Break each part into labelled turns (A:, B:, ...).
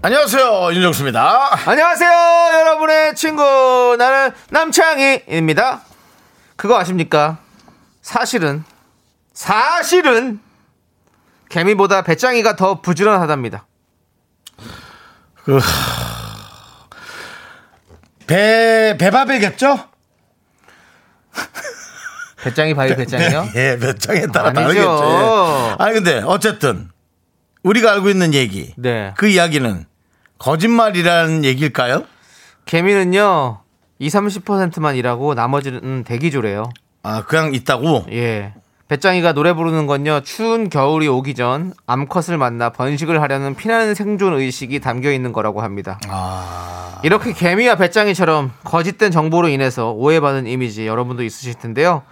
A: 안녕하세요 어, 윤정수입니다.
B: 안녕하세요, 여러분의 친구. 나는 남창희입니다. 그거 아십니까? 사실은, 사실은, 개미보다 배짱이가 더 부지런하답니다.
A: 배 배바배겠죠?
B: 배짱이 바위 배짱이요?
A: 예, 몇 장에 따라
B: 아니죠.
A: 다르겠죠. 예. 아니 근데 어쨌든 우리가 알고 있는 얘기,
B: 네.
A: 그 이야기는 거짓말이라는 얘기일까요?
B: 개미는요, 20, 30%만 일하고 나머지는 음, 대기조래요.
A: 아, 그냥 있다고.
B: 예. 배짱이가 노래 부르는 건요, 추운 겨울이 오기 전 암컷을 만나 번식을 하려는 피나는 생존 의식이 담겨 있는 거라고 합니다. 이렇게 개미와 배짱이처럼 거짓된 정보로 인해서 오해받은 이미지 여러분도 있으실 텐데요.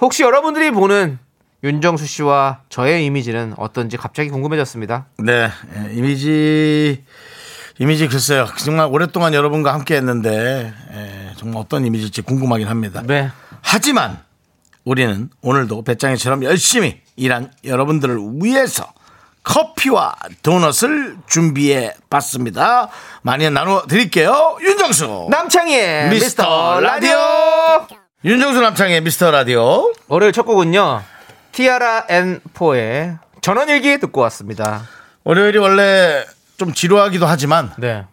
B: 혹시 여러분들이 보는 윤정수 씨와 저의 이미지는 어떤지 갑자기 궁금해졌습니다.
A: 네, 예, 이미지 이미지 글쎄요. 정말 오랫동안 여러분과 함께했는데 예, 정말 어떤 이미지일지 궁금하긴 합니다.
B: 네.
A: 하지만 우리는 오늘도 배짱이처럼 열심히 일한 여러분들을 위해서 커피와 도넛을 준비해 봤습니다. 많이 나눠 드릴게요. 윤정수.
B: 남창희의 네, 미스터 라디오!
A: 윤정수 남창의 미스터 라디오.
B: 월요일 첫 곡은요, 티아라 앤포의 전원일기 듣고 왔습니다.
A: 월요일이 원래 좀 지루하기도 하지만
B: 네.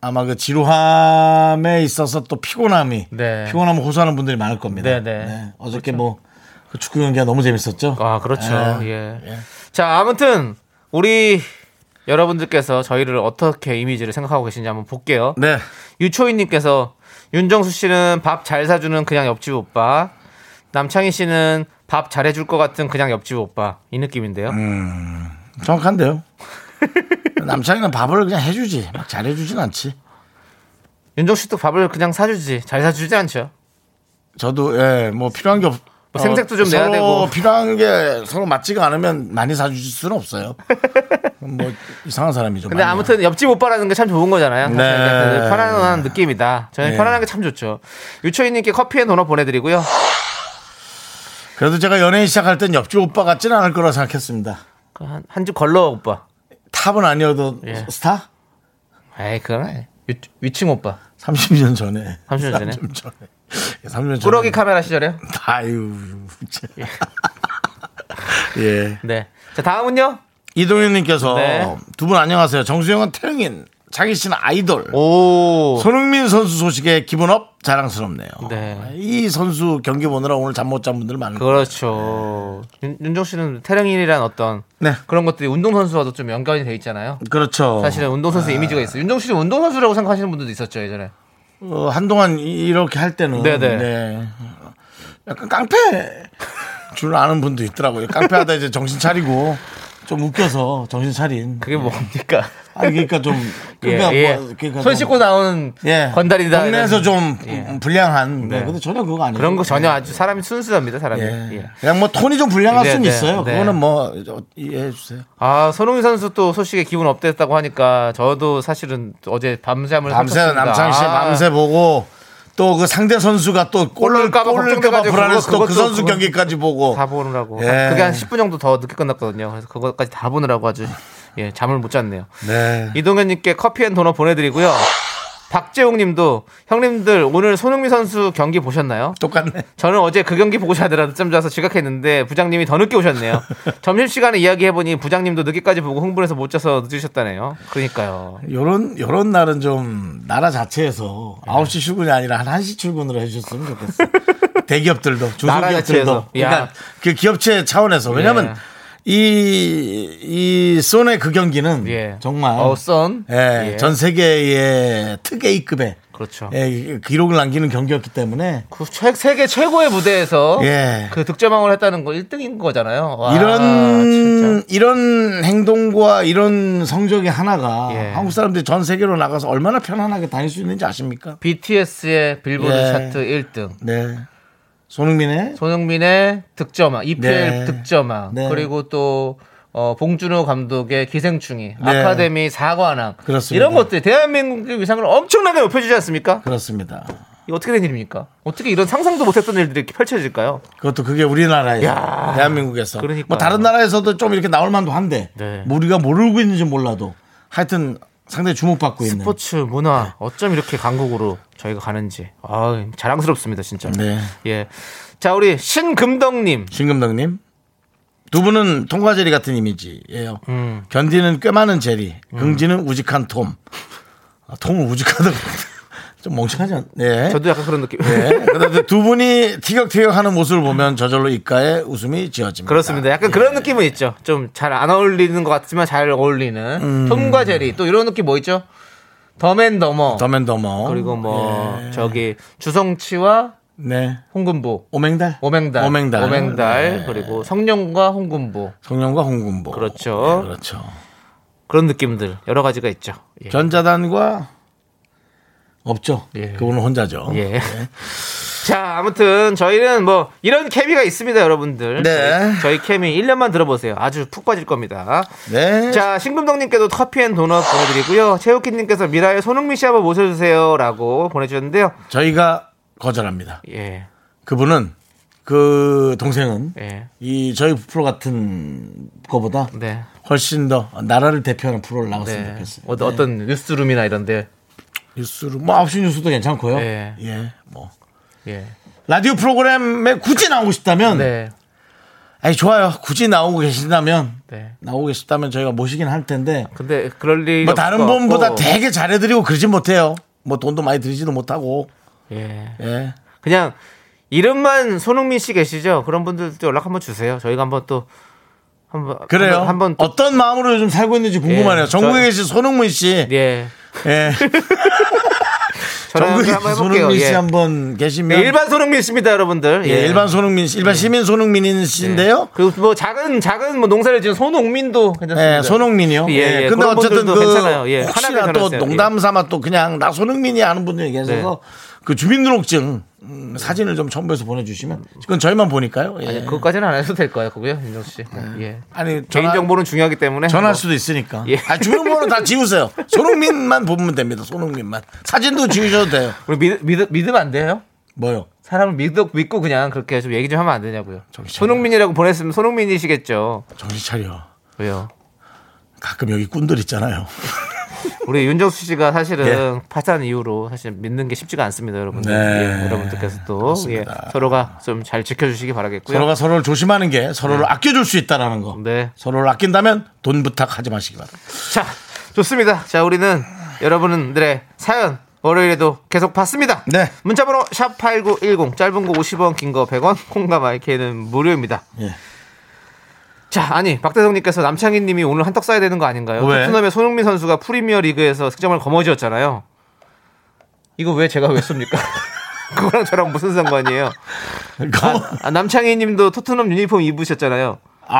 A: 아마 그 지루함에 있어서 또 피곤함이
B: 네.
A: 피곤함을 호소하는 분들이 많을 겁니다.
B: 네, 네.
A: 어저께 뭐 그 축구 경기가 너무 재밌었죠.
B: 아, 그렇죠.
A: 예.
B: 예. 자, 아무튼 우리 여러분들께서 저희를 어떻게 이미지를 생각하고 계신지 한번 볼게요.
A: 네.
B: 유초희님께서 윤정수 씨는 밥 잘 사주는 그냥 옆집 오빠. 남창희 씨는 밥 잘해줄 것 같은 그냥 옆집 오빠 이 느낌인데요.
A: 음. 정확한데요. 남창이는 밥을 그냥 해주지 막 잘해주진 않지.
B: 윤정수 씨도 밥을 그냥 사주지 잘 사주지 않죠.
A: 저도 예 뭐 필요한 게 없. 어,
B: 뭐 생색도 좀 내야
A: 서로
B: 되고.
A: 필요한 게 서로 맞지가 않으면 많이 사주실 수는 없어요. 뭐 이상한 사람이죠.
B: 근데
A: 많이.
B: 아무튼 옆집 오빠라는 게 참 좋은 거잖아요. 사실.
A: 네.
B: 그 편안한 느낌이다. 저는
A: 네.
B: 편안한 게 참 좋죠. 유초희님께 커피에 도넛 보내드리고요.
A: 그래도 제가 연예인 시작할 땐 옆집 오빠 같지는 않을 거라 생각했습니다.
B: 그 한- 한주 걸러 오빠.
A: 탑은 아니어도
B: 예.
A: 스타?
B: 에이 그건
A: 네.
B: 아니. 위, 위층 오빠.
A: 30년 전에.
B: 30년 전에?
A: 30년 전에. 예, 30년 전에.
B: 꾸러기 카메라 시절에요?
A: 아유. 진짜. 예.
B: 네. 자 다음은요.
A: 이동윤님께서
B: 네.
A: 두 분 안녕하세요. 정수영은 태영인, 장희 씨는 아이돌.
B: 오.
A: 손흥민 선수 소식에 기분 업 자랑스럽네요.
B: 네.
A: 이 선수 경기 보느라 오늘 잠 못 잔 분들 많을 거예요.
B: 그렇죠. 윤, 윤정 씨는 태령인이란 어떤
A: 네.
B: 그런 것들이 운동선수와도 좀 연관이 돼 있잖아요.
A: 그렇죠.
B: 사실은 운동선수 이미지가 있어요. 윤정 씨는 운동선수라고 생각하시는 분들도 있었죠 예전에.
A: 어, 한동안 이렇게 할 때는
B: 네네.
A: 네. 약간 깡패 줄 아는 분도 있더라고요. 깡패하다 이제 정신 차리고 좀 웃겨서 정신 차린.
B: 그게 뭡니까?
A: 아니 그러니까 좀 그러니까
B: 예, 예.
A: 뭐, 그러니까
B: 손
A: 좀-
B: 씻고 나오는
A: 예.
B: 건달이다.
A: 동네에서
B: 이런-
A: 좀
B: 예.
A: 불량한. 네.
B: 네.
A: 근데 전혀 그거 아니에요.
B: 그런 거 전혀 아주 사람이 순수합니다 사람이.
A: 예.
B: 예.
A: 그냥 뭐 톤이 좀 불량할
B: 네,
A: 수는
B: 네,
A: 있어요.
B: 네.
A: 그거는 뭐 저- 이해해 주세요.
B: 아 손흥민 선수 또 소식에 기분 업됐다고 하니까 저도 사실은 어제 밤잠을
A: 밤새
B: 설쳤습니다.
A: 남창 씨
B: 아.
A: 밤새 보고 또 그 상대 선수가 또 골을
B: 골을까봐
A: 골을까봐
B: 걱정돼가지고
A: 불안해서 또 그
B: 그것도
A: 선수
B: 그거-
A: 경기까지 보고
B: 다 보느라고
A: 어. 예.
B: 그게 한 10분 정도 더 늦게 끝났거든요. 그래서 그것까지 다 보느라고 아주 예 잠을 못 잤네요.
A: 네.
B: 이동현님께 커피앤 도넛 보내드리고요. 박재웅님도 형님들 오늘 손흥민 선수 경기 보셨나요?
A: 똑같네.
B: 저는 어제 그 경기 보고 자느라 늦잠 자서 지각했는데 부장님이 더 늦게 오셨네요. 점심시간에 이야기해보니 부장님도 늦게까지 보고 흥분해서 못 자서 늦으셨다네요. 그러니까요.
A: 요런 요런 날은 좀 나라 자체에서 9시 출근이 아니라 한 1시 출근으로 해 주셨으면 좋겠어. 요 대기업들도
B: 나라
A: 중소기업들도
B: 자체에서.
A: 그러니까
B: 야.
A: 그 기업체 차원에서 왜냐면
B: 예.
A: 이이 쏜의 그 경기는
B: 예.
A: 정말
B: 어, 썬.
A: 예, 전 세계의 특A급의
B: 그렇죠.
A: 예, 이- 기록을 남기는 경기였기 때문에
B: 그 최- 세계 최고의 무대에서
A: 예.
B: 그 득점왕을 했다는 건 1등인 거잖아요. 와,
A: 이런
B: 진짜.
A: 이런 행동과 이런 성적이 하나가
B: 예.
A: 한국 사람들이 전 세계로 나가서 얼마나 편안하게 다닐 수 있는지 아십니까?
B: BTS의 빌보드
A: 예.
B: 차트 1등.
A: 네. 손흥민의
B: 손흥민의 득점왕, EPL
A: 네.
B: 득점왕,
A: 네.
B: 그리고 또 어, 봉준호 감독의 기생충이 아카데미 4관왕
A: 네. 그렇습니다.
B: 이런 것들이 대한민국의 위상을 엄청나게 높여주지 않습니까?
A: 그렇습니다.
B: 이거 어떻게 된 일입니까? 어떻게 이런 상상도 못했던 일들이 이렇게 펼쳐질까요?
A: 그것도 그게 우리나라예요.
B: 야.
A: 대한민국에서.
B: 그러니까요.
A: 뭐 다른 나라에서도 좀 이렇게 나올 만도 한데
B: 네.
A: 뭐 우리가 모르고 있는지 몰라도 하여튼 상당히 주목받고 있는.
B: 스포츠
A: 네.
B: 문화 어쩜 이렇게 강국으로 저희가 가는지 아 자랑스럽습니다 진짜.
A: 네.
B: 예, 자 우리 신금덕님
A: 신금덕님. 두 분은 통과제리 같은 이미지예요.
B: 음.
A: 견디는 꽤 많은 제리, 긍지는 우직한 톰. 아, 톰은 우직하다. 좀 멍청하지 않? 네.
B: 저도 약간 그런 느낌.
A: 네. 그런데 두 분이 티격태격하는 모습을 보면 저절로 입가에 웃음이 지어집니다.
B: 그렇습니다. 약간 그런
A: 예.
B: 느낌은 있죠. 좀 잘 안 어울리는 것 같지만 잘 어울리는
A: 음.
B: 톰과 제리 또 이런 느낌 뭐 있죠? 더맨 더머
A: 예. 더맨더머. 예.
B: 그리고 뭐 저기 주성치와
A: 네.
B: 홍금보
A: 오맹달.
B: 오맹달
A: 오맹달.
B: 오맹달,
A: 네.
B: 그리고 성룡과 홍금보
A: 성룡과 홍군보.
B: 그렇죠.
A: 네, 그렇죠.
B: 그런 느낌들 여러 가지가 있죠. 예.
A: 전자단과 없죠.
B: 예.
A: 그분은 혼자죠.
B: 예. 자, 아무튼 저희는 뭐 이런 케미가 있습니다, 여러분들.
A: 네.
B: 저희, 저희 케미 1년만 들어보세요. 아주 푹 빠질 겁니다.
A: 네.
B: 자, 신금동님께도 커피앤도넛 보내드리고요. 최욱희님께서 미라의 손흥민 씨 한번 모셔주세요라고 보내주셨는데요.
A: 저희가 거절합니다.
B: 예,
A: 그분은 그 동생은
B: 예,
A: 이 저희 프로 같은 거보다
B: 네,
A: 훨씬 더 나라를 대표하는 프로를 나갔으면
B: 네.
A: 좋겠어요.
B: 어, 어떤 뉴스룸이나 이런데,
A: 뉴스로 뭐 아홉 시 뉴스도 괜찮고요.
B: 예.
A: 예. 뭐
B: 예,
A: 라디오 프로그램에 굳이 나오고 싶다면
B: 네,
A: 아니 좋아요. 굳이 나오고 계신다면
B: 네.
A: 나오고 계시다면 저희가 모시긴 할 텐데
B: 근데 그럴 일이
A: 뭐 다른
B: 없을 것
A: 분보다
B: 같고.
A: 되게 잘해드리고 그러진 못해요. 뭐 돈도 많이 들이지도 못하고
B: 예,
A: 예.
B: 그냥 이름만 손흥민 씨 계시죠? 그런 분들도 연락 한번 주세요. 저희가 한번 또 한번
A: 그래요.
B: 한번, 한번 또,
A: 어떤 마음으로 요즘 살고 있는지 궁금하네요.
B: 예,
A: 전국에
B: 저-
A: 계신 손흥민 씨,
B: 예,
A: 예.
B: 전화
A: 전국에
B: 한번
A: 계신
B: 해볼게요.
A: 손흥민 씨
B: 예.
A: 한번 계시면
B: 예, 일반 손흥민 씨입니다, 여러분들.
A: 예, 일반 손흥민 씨, 일반 시민 손흥민인 씨인데요.
B: 그리고 뭐 작은 작은 뭐 농사를 지은 손흥민도 괜찮습니다.
A: 예, 손흥민이요.
B: 예,
A: 예,
B: 예.
A: 근데
B: 그런
A: 어쨌든
B: 분들도
A: 그
B: 괜찮아요. 예, 네.
A: 혹시나
B: 하나는
A: 또
B: 괜찮았어요.
A: 농담 삼아 또 그냥 나 손흥민이 아는 분들이 계셔서 그 주민등록증 음, 사진을 좀 첨부해서 보내주시면 그건 저희만 보니까요. 예.
B: 아니, 네, 그것까지는 안 해도 될 거예요, 그거요, 윤정 씨. 예.
A: 아니
B: 개인
A: 전화-
B: 정보는 중요하기 때문에
A: 전화할
B: 뭐,
A: 수도 있으니까.
B: 예.
A: 아, 주민번호 다 지우세요. 손흥민만 보면 됩니다. 손흥민만. 사진도 지우셔도 돼요.
B: 우리 믿, 믿, 믿으면 안 돼요?
A: 뭐요?
B: 사람을 믿고, 믿고 그냥 그렇게 좀 얘기 좀 하면 안 되냐고요.
A: 정신 차려.
B: 손흥민이라고 보냈으면 손흥민이시겠죠.
A: 정신 차려.
B: 왜요?
A: 가끔 여기 꾼들 있잖아요.
B: 우리 윤정수 씨가 사실은
A: 예.
B: 파산 이후로 사실 믿는 게 쉽지가 않습니다, 여러분들.
A: 네.
B: 예, 여러분들께서 또 예,
A: 그렇습니다.
B: 서로가 좀 잘 지켜주시기 바라겠고요.
A: 서로가 서로를 조심하는 게 서로를 아껴줄 수 있다라는 거.
B: 네.
A: 서로를 아낀다면 돈 부탁하지 마시기 바랍니다.
B: 자, 좋습니다. 자, 우리는 여러분들의 사연 월요일에도 계속 봤습니다.
A: 네.
B: 문자번호 샵 #8910 짧은 거 50원, 긴 거 100원, 콩과 마이크는 무료입니다.
A: 예.
B: 자, 아니 박대성님께서 남창희님이 오늘 한턱 쏴야 되는 거 아닌가요?
A: 왜?
B: 토트넘의 손흥민 선수가 프리미어 리그에서 승점을 거머쥐었잖아요. 이거 왜 제가 왜 쏩니까? 그거랑 저랑 무슨 상관이에요?
A: 어.
B: 아, 아, 남창희님도 토트넘 유니폼 입으셨잖아요. 아,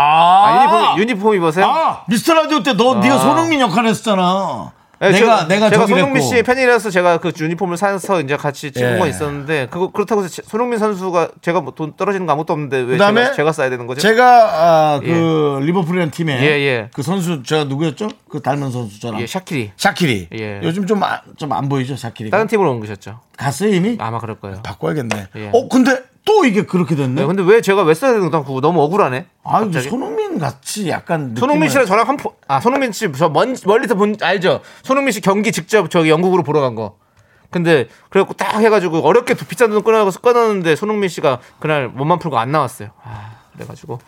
A: 아,
B: 유니폼 유니폼 입으세요?
A: 아, 미스터 라디오 때 너 네가 손흥민 역할 했었잖아.
B: 네,
A: 내가
B: 제가,
A: 내가
B: 제가
A: 저기
B: 손흥민
A: 했고.
B: 씨의 팬이라서 제가 그 유니폼을 사서 이제 같이 찍은
A: 예.
B: 건 있었는데 그거 그렇다고 해서 제- 손흥민 선수가 제가 뭐 돈 떨어지는 거 아무것도 없는데 왜
A: 그다음에
B: 제가, 제가 써야 되는 거죠?
A: 제가 아, 그 리버풀이라는 팀에
B: 예, 예.
A: 그 선수 저 누구였죠? 그 닮은 선수 저랑
B: 예, 샤키리
A: 샤키리.
B: 예.
A: 요즘 좀 아, 좀 안 보이죠, 샤키리.
B: 다른 팀으로 옮기셨죠?
A: 갔어요 이미?
B: 아마 그럴 거예요.
A: 바꿔야겠네.
B: 예.
A: 어, 근데 또 이게 그렇게 됐네.
B: 네, 근데 왜 제가 왜 써야 되는 거 너무 억울하네.
A: 아, 이거
B: 갑자기.
A: 손흥민 같이 약간
B: 손흥민
A: 느낌을-
B: 씨랑 저랑 한 포, 아 손흥민 씨저 멀리서 본 알죠? 손흥민 씨 경기 직접 저기 영국으로 보러 간 거. 근데 그래갖고 딱 해가지고 어렵게 두 비싼 돈 끊어서 끊었는데 손흥민 씨가 그날 몸만 풀고 안 나왔어요. 아 그래가지고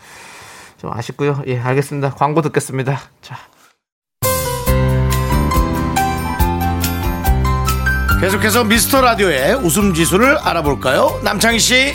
B: 좀 아쉽고요. 예 알겠습니다. 광고 듣겠습니다. 자
A: 계속해서 미스터 라디오의 웃음 지수를 알아볼까요? 남창희 씨.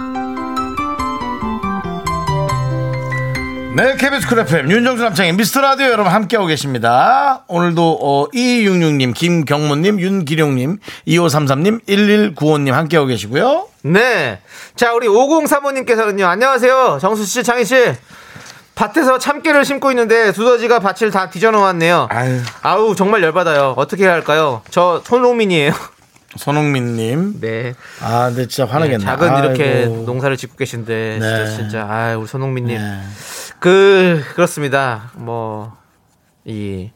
A: 네, KBS 쿨 FM 윤정수 남창희 미스터 라디오 여러분 함께하고 계십니다. 오늘도 어, 2266님, 김경모님, 윤기룡님, 2533님, 1195님 함께하고 계시고요.
B: 네. 자, 우리 503호님께서는요. 안녕하세요. 정수 씨, 창희 씨. 밭에서 참깨를 심고 있는데 두더지가 밭을 다 뒤져놓았네요.
A: 아유.
B: 아우, 정말 열받아요. 어떻게 해야 할까요? 저 손흥민이에요.
A: 손흥민님.
B: 네.
A: 아, 근데 진짜 화나겠네.
B: 예, 작은 이렇게
A: 아이고.
B: 농사를 짓고 계신데
A: 네.
B: 진짜 진짜 아 우리 손흥민님
A: 네.
B: 그 그렇습니다 뭐 이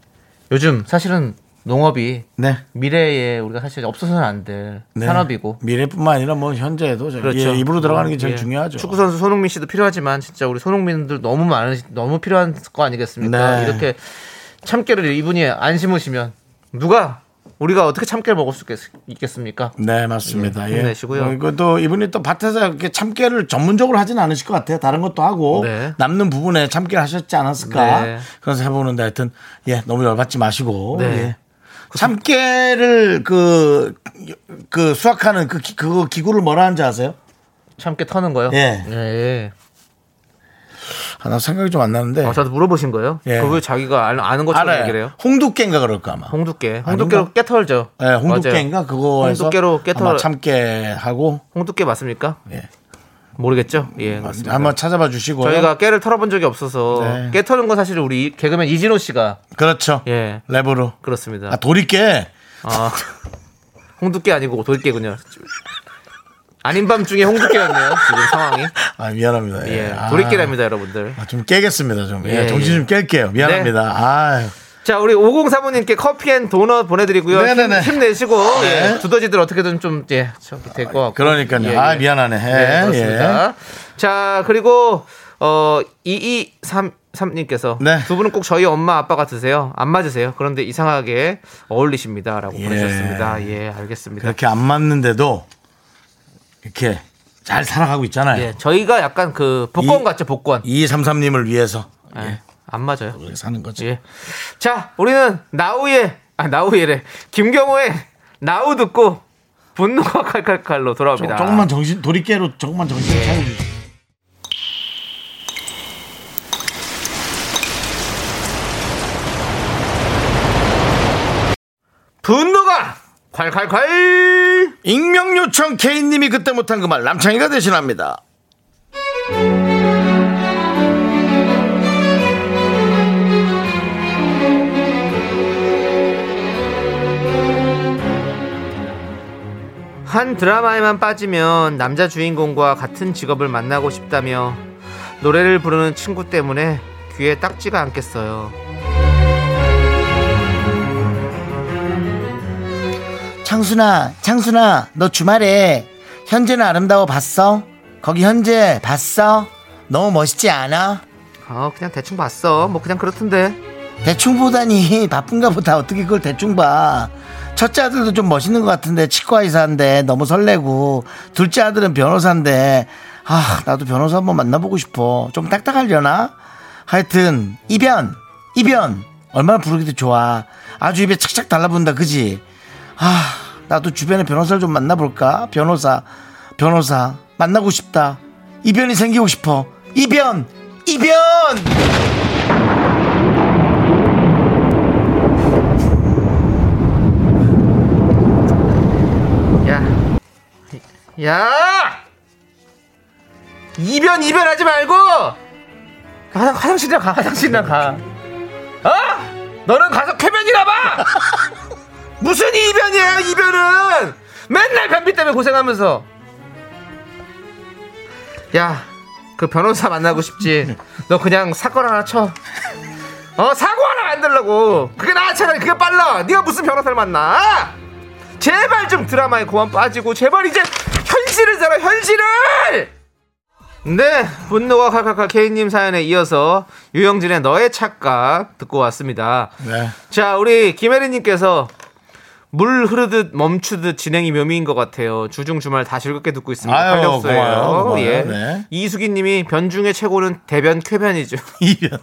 B: 요즘 사실은 농업이
A: 네.
B: 미래에 우리가 사실 없어서는 안 될
A: 네.
B: 산업이고
A: 미래뿐만 아니라 뭐 현재에도 저-
B: 그렇죠
A: 예, 입으로 들어가는 게 제일
B: 예.
A: 중요하죠.
B: 축구 선수 손흥민 씨도 필요하지만 진짜 우리 손흥민들 너무 많은 너무 필요한 거 아니겠습니까?
A: 네.
B: 이렇게 참깨를 이분이 안 심으시면 누가 우리가 어떻게 참깨를 먹을 수 있겠- 있겠습니까?
A: 네 맞습니다.
B: 예,
A: 예.
B: 힘내시고요.
A: 어, 이거 또 이분이 또 밭에서 이렇게 참깨를 전문적으로 하진 않으실 것 같아요. 다른 것도 하고
B: 네.
A: 남는 부분에 참깨를 하셨지 않았을까.
B: 네.
A: 그래서 해보는데 하여튼 예 너무 열받지 마시고
B: 네.
A: 예. 참깨를 그, 그 수확하는 그, 기- 그거 기구를 뭐라 하는지 아세요?
B: 참깨 터는 거요?
A: 예.
B: 예.
A: 아, 나 생각이 좀 안 나는데.
B: 아, 저한테 물어보신 거예요?
A: 예.
B: 그걸 자기가 아- 아는 것처럼 얘기를 해요?
A: 알아요. 홍두깨인가 그럴까 아마.
B: 홍두깨. 홍두깨로
A: 아닌가?
B: 깨털죠.
A: 예, 홍두깨인가
B: 맞아요.
A: 그거에서
B: 홍두깨로 깨털.
A: 아마 참깨하고
B: 홍두깨 맞습니까?
A: 예.
B: 모르겠죠? 예, 맞습니다.
A: 한번 찾아봐 주시고요.
B: 저희가 깨를 털어본 적이 없어서
A: 네.
B: 깨 털은 건 사실 우리 개그맨 이진호 씨가
A: 그렇죠.
B: 예.
A: 랩으로.
B: 그렇습니다.
A: 아 도리깨.
B: 아, 홍두깨 아니고 돌깨군요. 아닌 밤 중에 홍두깨였네요, 지금 상황이.
A: 아 미안합니다.
B: 예,
A: 아.
B: 돌이깨랍니다, 여러분들.
A: 아, 좀 깨겠습니다. 좀
B: 예, 네.
A: 예, 정신 좀 깰게요. 미안합니다. 아유.
B: 자, 우리 503호님께 커피 앤 도넛 보내드리고요.
A: 네네네.
B: 힘, 내시고
A: 네.
B: 예, 두더지들 어떻게든 좀, 예, 될것 같고. 예,
A: 그러니까요. 아 미안하네.
B: 네,
A: 예,
B: 그렇습니다.
A: 예.
B: 자, 그리고 어 2233님께서
A: 네.
B: 두 분은 꼭 저희 엄마 아빠 같으세요. 안 맞으세요. 그런데 이상하게 어울리십니다라고
A: 예.
B: 보내셨습니다. 예, 알겠습니다.
A: 그렇게 안 맞는데도 이렇게 잘 살아가고 있잖아요.
B: 예, 저희가 약간 그 복권
A: 이-
B: 같죠, 복권.
A: 이 233님을 위해서
B: 예. 안 맞아요.
A: 그렇게 사는 거지.
B: 예. 자, 우리는 나우의 아, 나우의래. 김경호의 나우 듣고 분노가 칼칼칼로
A: 조-
B: 돌아옵니다. 예.
A: 조금만 정신 도리깨로 조금만 정신 차려.
B: 분노가 칼칼칼!
A: 익명 요청 K님이 그때 못한 그 말 남창이가 대신합니다.
B: 한 드라마에만 빠지면 남자 주인공과 같은 직업을 만나고 싶다며 노래를 부르는 친구 때문에 귀에 딱지가 않겠어요.
A: 창순아, 창순아, 너 주말에 현재는 아름다워 봤어? 거기 현재 봤어? 너무 멋있지 않아?
B: 어, 그냥 대충 봤어. 뭐 그냥 그렇던데.
A: 대충 보다니 바쁜가 보다 어떻게 그걸 대충 봐 첫째 아들도 좀 멋있는 것 같은데 치과 의사인데 너무 설레고 둘째 아들은 변호사인데 아 나도 변호사 한번 만나보고 싶어 좀 딱딱하려나 하여튼 이변 이변 얼마나 부르기도 좋아 아주 입에 착착 달라붙는다 그지 아 나도 주변에 변호사를 좀 만나볼까 변호사 변호사 만나고 싶다 이변이 생기고 싶어 이변 이변
B: 야. 야! 이변 이변하지 말고 화, 화장실이나 가. 화장실이나 가. 어? 너는 가서 쾌변이나 봐. 무슨 이변이야, 이변은. 맨날 변비 때문에 고생하면서. 야, 그 변호사 만나고 싶지. 너 그냥 사건 하나 쳐. 어, 사고 하나 만들라고. 그게 나아 차라리 그게 빨라. 네가 무슨 변호사를 만나? 제발 좀 드라마에 그만 빠지고 제발 이제 현실을 살아 현실을 네 분노가 칼칼칼 케이님 사연에 이어서 유영진의 너의 착각 듣고 왔습니다
A: 네.
B: 자 우리 김혜리님께서 물 흐르듯 멈추듯 진행이 묘미인 것 같아요. 주중 주말 다 즐겁게 듣고 있습니다.
A: 아유,
B: 활력소예요.
A: 고마워요, 고마워요.
B: 예.
A: 네.
B: 이수기님이 변중의 최고는 대변 쾌변이죠.
A: 이변.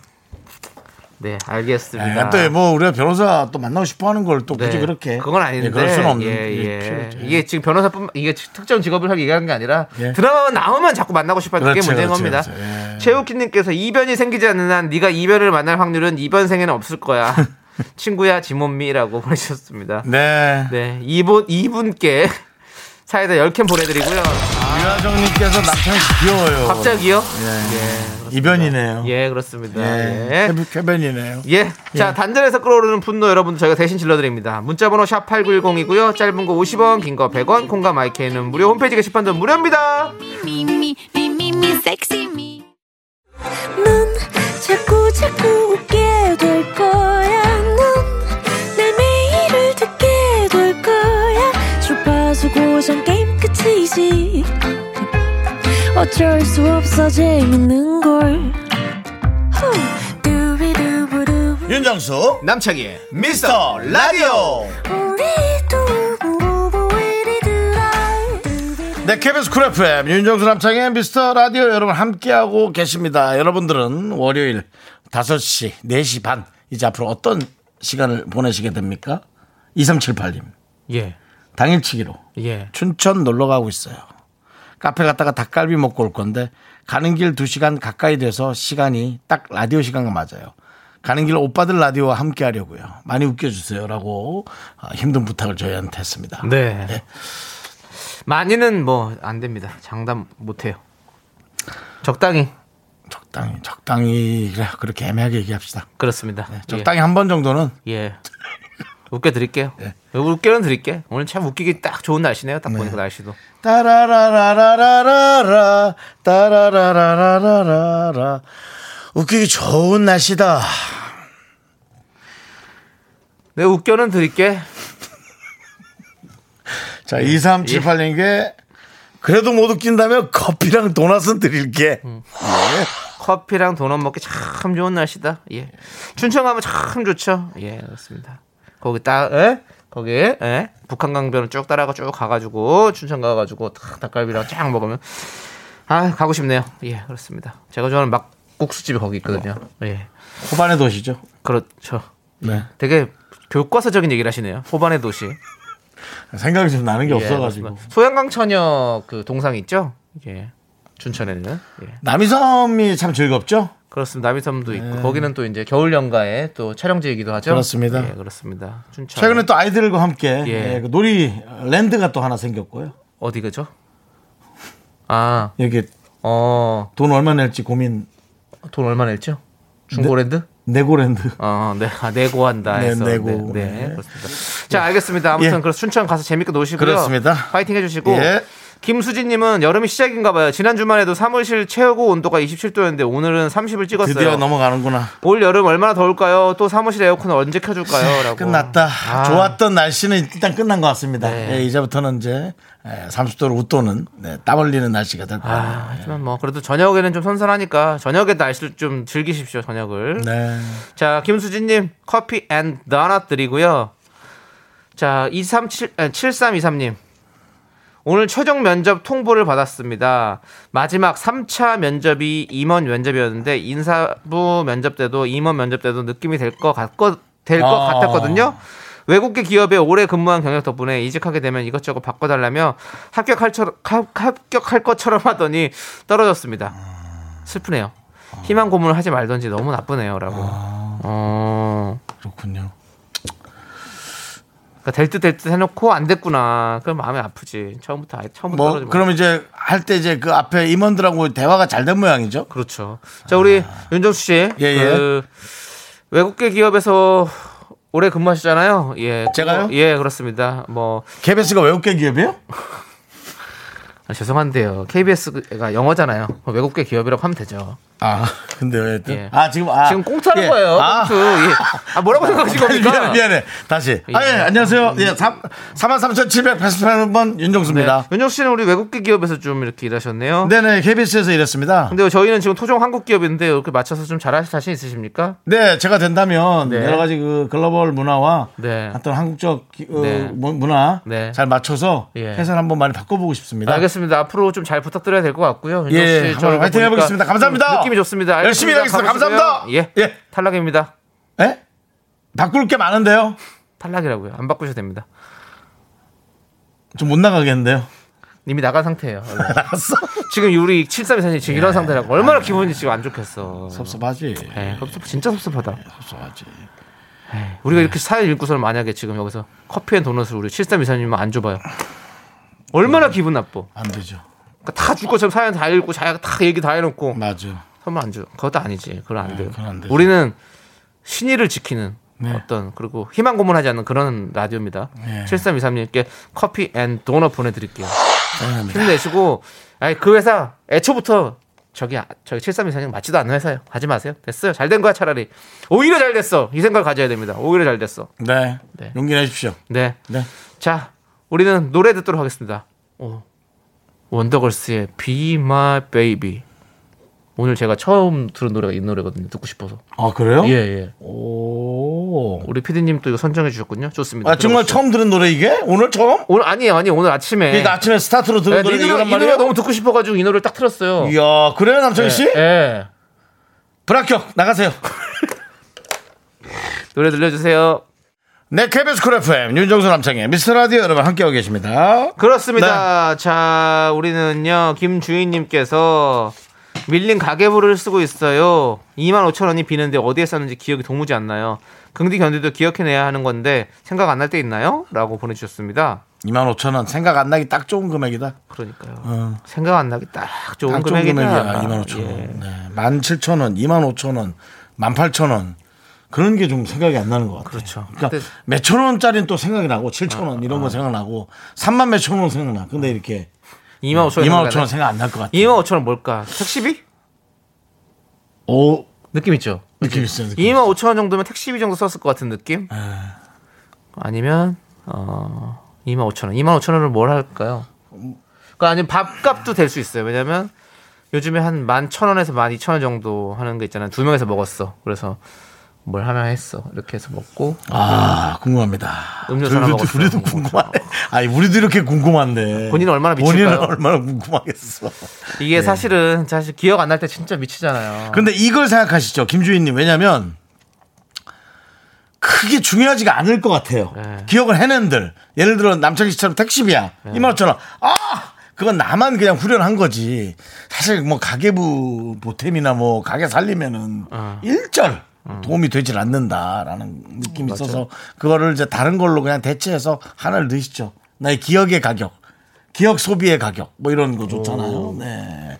B: 네, 알겠습니다.
A: 아, 또뭐 우리가 변호사 또 만나고 싶어하는 걸 또
B: 네,
A: 굳이 그렇게
B: 그건 아닌데
A: 예, 그럴 수는 없는
B: 예, 예.
A: 필요죠. 예.
B: 이게 지금 변호사뿐 이게 특정 직업을 하기 얘기하는 게 아니라
A: 예.
B: 드라마만 나오면 자꾸 만나고 싶어 그게
A: 그렇죠,
B: 문제인
A: 그렇죠,
B: 겁니다.
A: 그렇죠. 예.
B: 최욱희님께서 이변이 생기지 않는 한 네가 이변을 만날 확률은 이번 생에는 없을 거야. 친구야 지몬미라고 보내주셨습니다.
A: 네.
B: 네, 이분 이분께 사이다 10캔 보내드리고요.
A: 어, 유하정님께서 남편이 귀여워요.
B: 갑자기요?
A: 이변이네요.
B: 예, 그렇습니다.
A: 예.
B: 예.
A: 쾌변- 쾌변이네요.
B: 예. 자, 단전에서 끌어오르는 분노 여러분 저희가 대신 질러드립니다. 문자번호 샵 8910이고요. 짧은 거 50원, 긴 거 100원, 콩과 마이크는 무료 홈페이지 게시판도 무료입니다.
C: me, me, me, me, me, sexy me. 넌 자꾸, 자꾸 웃게 될 거야. 넌내 매일을 듣게 될 거야. 주파수 고정 게임 끝이지. 어쩔 수 없어, 재밌는 걸. 후. 두비두부두.
A: 윤정수
B: 남창희의
A: 어? 미스터 라디오.
C: 우리 두부부부 우리 두라. 두비두부.
A: 네, KBS 쿨 FM 윤정수 남창의 미스터 라디오 여러분 함께하고 계십니다. 여러분들은 월요일 5시, 4시 반 이제 앞으로 어떤 시간을 보내시게 됩니까? 2378님
B: 예.
A: 당일치기로
B: 예.
A: 춘천 놀러 가고 있어요. 카페 갔다가 닭갈비 먹고 올 건데 가는 길 2시간 가까이 돼서 시간이 딱 라디오 시간과 맞아요. 가는 길 오빠들 라디오와 함께 하려고요. 많이 웃겨주세요라고 아, 힘든 부탁을 저희한테 했습니다.
B: 네. 많이는 뭐 안 됩니다. 장담 못 해요. 적당히
A: 적당히 적당히 그래 그렇게 애매하게 얘기합시다.
B: 예. 그렇습니다.
A: 네, 적당히 한 번 정도는
B: 예. 예. 웃겨 드릴게요.
A: 예.
B: 웃겨는 드릴게. 오늘 참 웃기기 딱 좋은 날씨네요. 딱 보니까 날씨도.
A: 따라라라라라라라 따라라라라라라 웃기기 좋은 날씨다.
B: 네, 웃겨는 드릴게.
A: 자 2378님께 그래도 못 웃긴다면 커피랑 도넛은 드릴게.
B: 커피랑 도넛 먹기 참 좋은 날씨다. 예. 춘천 가면 참 좋죠. 예, 그렇습니다. 거기 딱, 예? 거기, 예? 북한강변을 쭉 따라가 쭉 가가지고, 춘천 가가지고, 탁 닭갈비랑 쫙 먹으면, 아, 가고 싶네요. 예, 그렇습니다. 제가 좋아하는 막국수집이 거기 있거든요. 예.
A: 호반의 도시죠.
B: 그렇죠.
A: 네.
B: 되게 교과서적인 얘기를 하시네요. 호반의 도시.
A: 생각이 좀 나는 게
B: 예,
A: 없어가지고.
B: 그렇습니다. 소양강 처녀 그 동상 있죠? 예. 춘천에는. 예.
A: 남이섬이 참 즐겁죠.
B: 그렇습니다. 남이섬도 있고 거기는 또 이제 겨울 연가에 또 촬영지이기도 하죠.
A: 네. 그렇습니다.
B: 예, 그렇습니다. 춘천.
A: 최근에 또 아이들과 함께
B: 예.
A: 예, 그 놀이 랜드가 또 하나 생겼고요.
B: 어디 그죠? 아,
A: 여기
B: 어,
A: 돈 얼마 낼지 고민
B: 돈 얼마 냈죠? 중고랜드?
A: 네고랜드.
B: 어, 네, 아, 내고한다
A: 네,
B: 해서.
A: 내고.
B: 네, 네,
A: 네.
B: 그렇습니다. 자, 알겠습니다. 아무튼
A: 예.
B: 그래서 춘천 가서 재밌게 노시고요.
A: 그렇습니다.
B: 파이팅 해주시고.
A: 예.
B: 김수진님은 여름이 시작인가봐요. 지난 주말에도 사무실 최고 온도가 27도였는데 오늘은 30을 찍었어요.
A: 드디어 넘어가는구나.
B: 올 여름 얼마나 더울까요? 또 사무실 에어컨을 언제 켜줄까요? 라고.
A: 끝났다.
B: 아.
A: 좋았던 날씨는 일단 끝난 것 같습니다.
B: 네.
A: 예, 이제부터는 이제 예, 30도를 웃도는 네, 땀 흘리는 날씨가 될 거예요.
B: 아, 하지만 뭐 그래도 저녁에는 좀 선선하니까 저녁에 날씨를 좀 즐기십시오 저녁을.
A: 네.
B: 자 김수진님 커피 앤 도넛 드리고요. 자 237, 7323님 오늘 최종 면접 통보를 받았습니다. 마지막 3차 면접이 임원 면접이었는데 인사부 면접 때도 임원 면접 때도 느낌이 될 것 같고 될 것
A: 아.
B: 같았거든요. 외국계 기업에 오래 근무한 경력 덕분에 이직하게 되면 이것저것 바꿔달라며 합격할, 처, 합, 합격할 것처럼 하더니 떨어졌습니다. 슬프네요. 희망 고문을 하지 말던지 너무 나쁘네요라고.
A: 아.
B: 어,
A: 그렇군요.
B: 그러니까 될듯 될 듯 해놓고 안 됐구나. 그럼 마음이 아프지. 처음부터 아예 처음부터
A: 뭐
B: 떨어지면.
A: 그럼 이제 할 때 이제 그 앞에 임원들하고 대화가 잘 된 모양이죠.
B: 그렇죠. 자, 우리 윤정수 씨.
A: 예,
B: 그 외국계 기업에서 오래 근무하시잖아요. 예. 그거-
A: 제가요?
B: 예, 그렇습니다. 뭐
A: KBS가 외국계 기업이에요?
B: 아, 죄송한데요. KBS가 영어잖아요. 그럼 외국계 기업이라고 뭐 하면 되죠.
A: 아, 근데 왜 또?
B: 예.
A: 아, 지금, 아.
B: 지금 꽁트하는
A: 예.
B: 거예요.
A: 아.
B: 꽁트. 예. 아, 뭐라고 생각하시고
A: 아니, 미안해, 미안해. 다시.
B: 예.
A: 아, 예, 안녕하세요. 예, 43,788번 윤정수입니다.
B: 네. 윤혁 씨는 우리 외국계 기업에서 좀 이렇게 일하셨네요.
A: 네. 네 KBS에서 일했습니다.
B: 근데 저희는 지금 토종 한국 기업인데 이렇게 맞춰서 좀 잘하실 자신 있으십니까?
A: 네, 제가 된다면
B: 네.
A: 여러 가지 그 글로벌 문화와
B: 네.
A: 어떤 한국적 기- 어,
B: 네.
A: 문- 문화
B: 네.
A: 잘 맞춰서
B: 예. 아,
A: 회사를 한번 많이 바꿔보고 싶습니다.
B: 네, 알겠습니다. 앞으로 좀 잘 부탁드려야 될 것 같고요. 윤정
A: 예,
B: 씨,
A: 한번
B: 저희가
A: 화이팅
B: 보니까
A: 해보겠습니다. 감사합니다.
B: 좀 느낌이 좋습니다.
A: 열심히
B: 알겠습니다.
A: 하겠습니다.
B: 가보시고요.
A: 감사합니다.
B: 예.
A: 예.
B: 탈락입니다.
A: 예? 바꿀 게 많은데요.
B: 탈락이라고요. 안 바꾸셔도 됩니다.
A: 좀 못 나가겠는데요.
B: 이미 나간 상태예요.
A: 나갔어.
B: 지금 우리 732사님 지금 이런 상태라고 얼마나 기분이 지금 안 좋겠어.
A: 예. 섭섭하지.
B: 예, 섭섭 진짜 섭섭하다.
A: 예,
B: 예,
A: 섭섭하지.
B: 우리가 이렇게 사연 읽고서 만약에 지금 여기서 커피 앤 도넛을 우리 732사님은 안 줘봐요.
A: 예.
B: 얼마나 기분 나빠.
A: 안 되죠.
B: 그러니까 다 줄 것처럼 사연 다 읽고 자기가 다 얘기 다 해놓고
A: 맞아.
B: 선물 안 줘. 그것도 아니지. 그건 안 돼요.
A: 네, 그건 안 되죠.
B: 우리는 신의를 지키는
A: 네.
B: 어떤 그리고 희망 고문하지 않는 그런 라디오입니다.
A: 네.
B: 7323님께 커피 앤 도넛 보내드릴게요. 힘내시고 아니, 그 회사 애초부터 저기 아, 저기 7323님 맞지도 않는 회사예요. 가지 마세요. 됐어요. 잘 된 거야 차라리. 오히려 잘 됐어. 이 생각을 가져야 됩니다. 오히려 잘 됐어.
A: 네.
B: 네.
A: 용기 내십시오.
B: 네.
A: 네.
B: 자 우리는 노래 듣도록 하겠습니다. 어, 원더걸스의 Be My Baby. 오늘 제가 처음 들은 노래가 이 노래거든요. 듣고 싶어서.
A: 아 그래요?
B: 예, 예.
A: 오.
B: 우리 피디님 또 이거 선정해 주셨군요. 좋습니다.
A: 아 정말
B: 들어보시죠.
A: 처음 들은 노래 이게? 오늘 처음?
B: 오늘 아니에요, 아니에요. 오늘 아침에.
A: 그러니까 아침에 스타트로
B: 네,
A: 들은
B: 이
A: 노래
B: 노래-
A: 이거란
B: 이 노래가
A: 말이에요?
B: 너무 듣고 싶어가지고 이 노래를 딱 틀었어요.
A: 이야 그래요 남창희 씨?
B: 예, 예.
A: 불합격 나가세요.
B: 노래 들려주세요.
A: 네 KBS 쿨 FM 윤정수 남창희 미스터 라디오 여러분 함께하고 계십니다.
B: 그렇습니다.
A: 네.
B: 자, 우리는요, 김주인님께서 밀린 가계부를 쓰고 있어요. 2만 5천 원이 비는데 어디에 썼는지 기억이 도무지 안 나요. 긍디 견디도 기억해내야 하는 건데 생각 안 날 때 있나요? 라고 보내주셨습니다.
A: 25,000원 생각 안 나기 딱 좋은 금액이다.
B: 그러니까요. 생각 안 나기 딱 좋은
A: 어.
B: 예.
A: 딱 좋은
B: 금액이다.
A: 금액이야. 25,000원. 네. 17,000원, 25,000원, 18,000원. 그런 게 좀 생각이 안 나는 것 같아요.
B: 그렇죠.
A: 그러니까
B: 근데- 아,
A: 몇천 원짜리는 또 생각이 나고 7천 원 이런 거 생각나고 3만 몇천 원 생각나. 근데 이렇게
B: 2만 5천 원.
A: 2만 5천 원 생각 안 날 것 같아요.
B: 2만 5천 원 뭘까? 택시비?
A: 오
B: 느낌 있죠?
A: 어? 느낌 있어요. 느낌.
B: 2만 5천 원 정도면 택시비 정도 썼을 것 같은 느낌? 아니면 어 2만 5천 원. 2만 5천 원을 뭘 할까요? 그 아니면 밥값도 될 수 있어요. 왜냐면 요즘에 한 11,000원에서 12,000원 정도 하는 거 있잖아요. 두 명에서 먹었어. 그래서 뭘 하나 했어. 이렇게 해서 먹고
A: 아 궁금합니다.
B: 음료수 하나
A: 우리도-
B: 먹었어요.
A: 우리도 궁금하네. 아니 우리도 이렇게 궁금한데.
B: 본인은 얼마나
A: 본인은
B: 미칠까요?
A: 얼마나 궁금하겠어.
B: 이게 사실은 사실 기억 안 날 때 진짜 미치잖아요.
A: 근데 이걸 생각하시죠, 김주인님. 왜냐면 크게 중요하지가 않을 것 같아요.
B: 네.
A: 기억을 해낸들. 예를 들어 남창희 씨처럼 택시비야. 이만 원처럼 아 그건 나만 그냥 후련한 거지. 사실 뭐 가계부 보탬이나 뭐 가게 살리면은 일절 도움이 되질 않는다라는 느낌이 있어서 그거를 이제 다른 걸로 그냥 대체해서 하나를 넣으시죠. 나의 기억의 가격, 기억 소비의 가격 뭐 이런 거 좋잖아요. 네.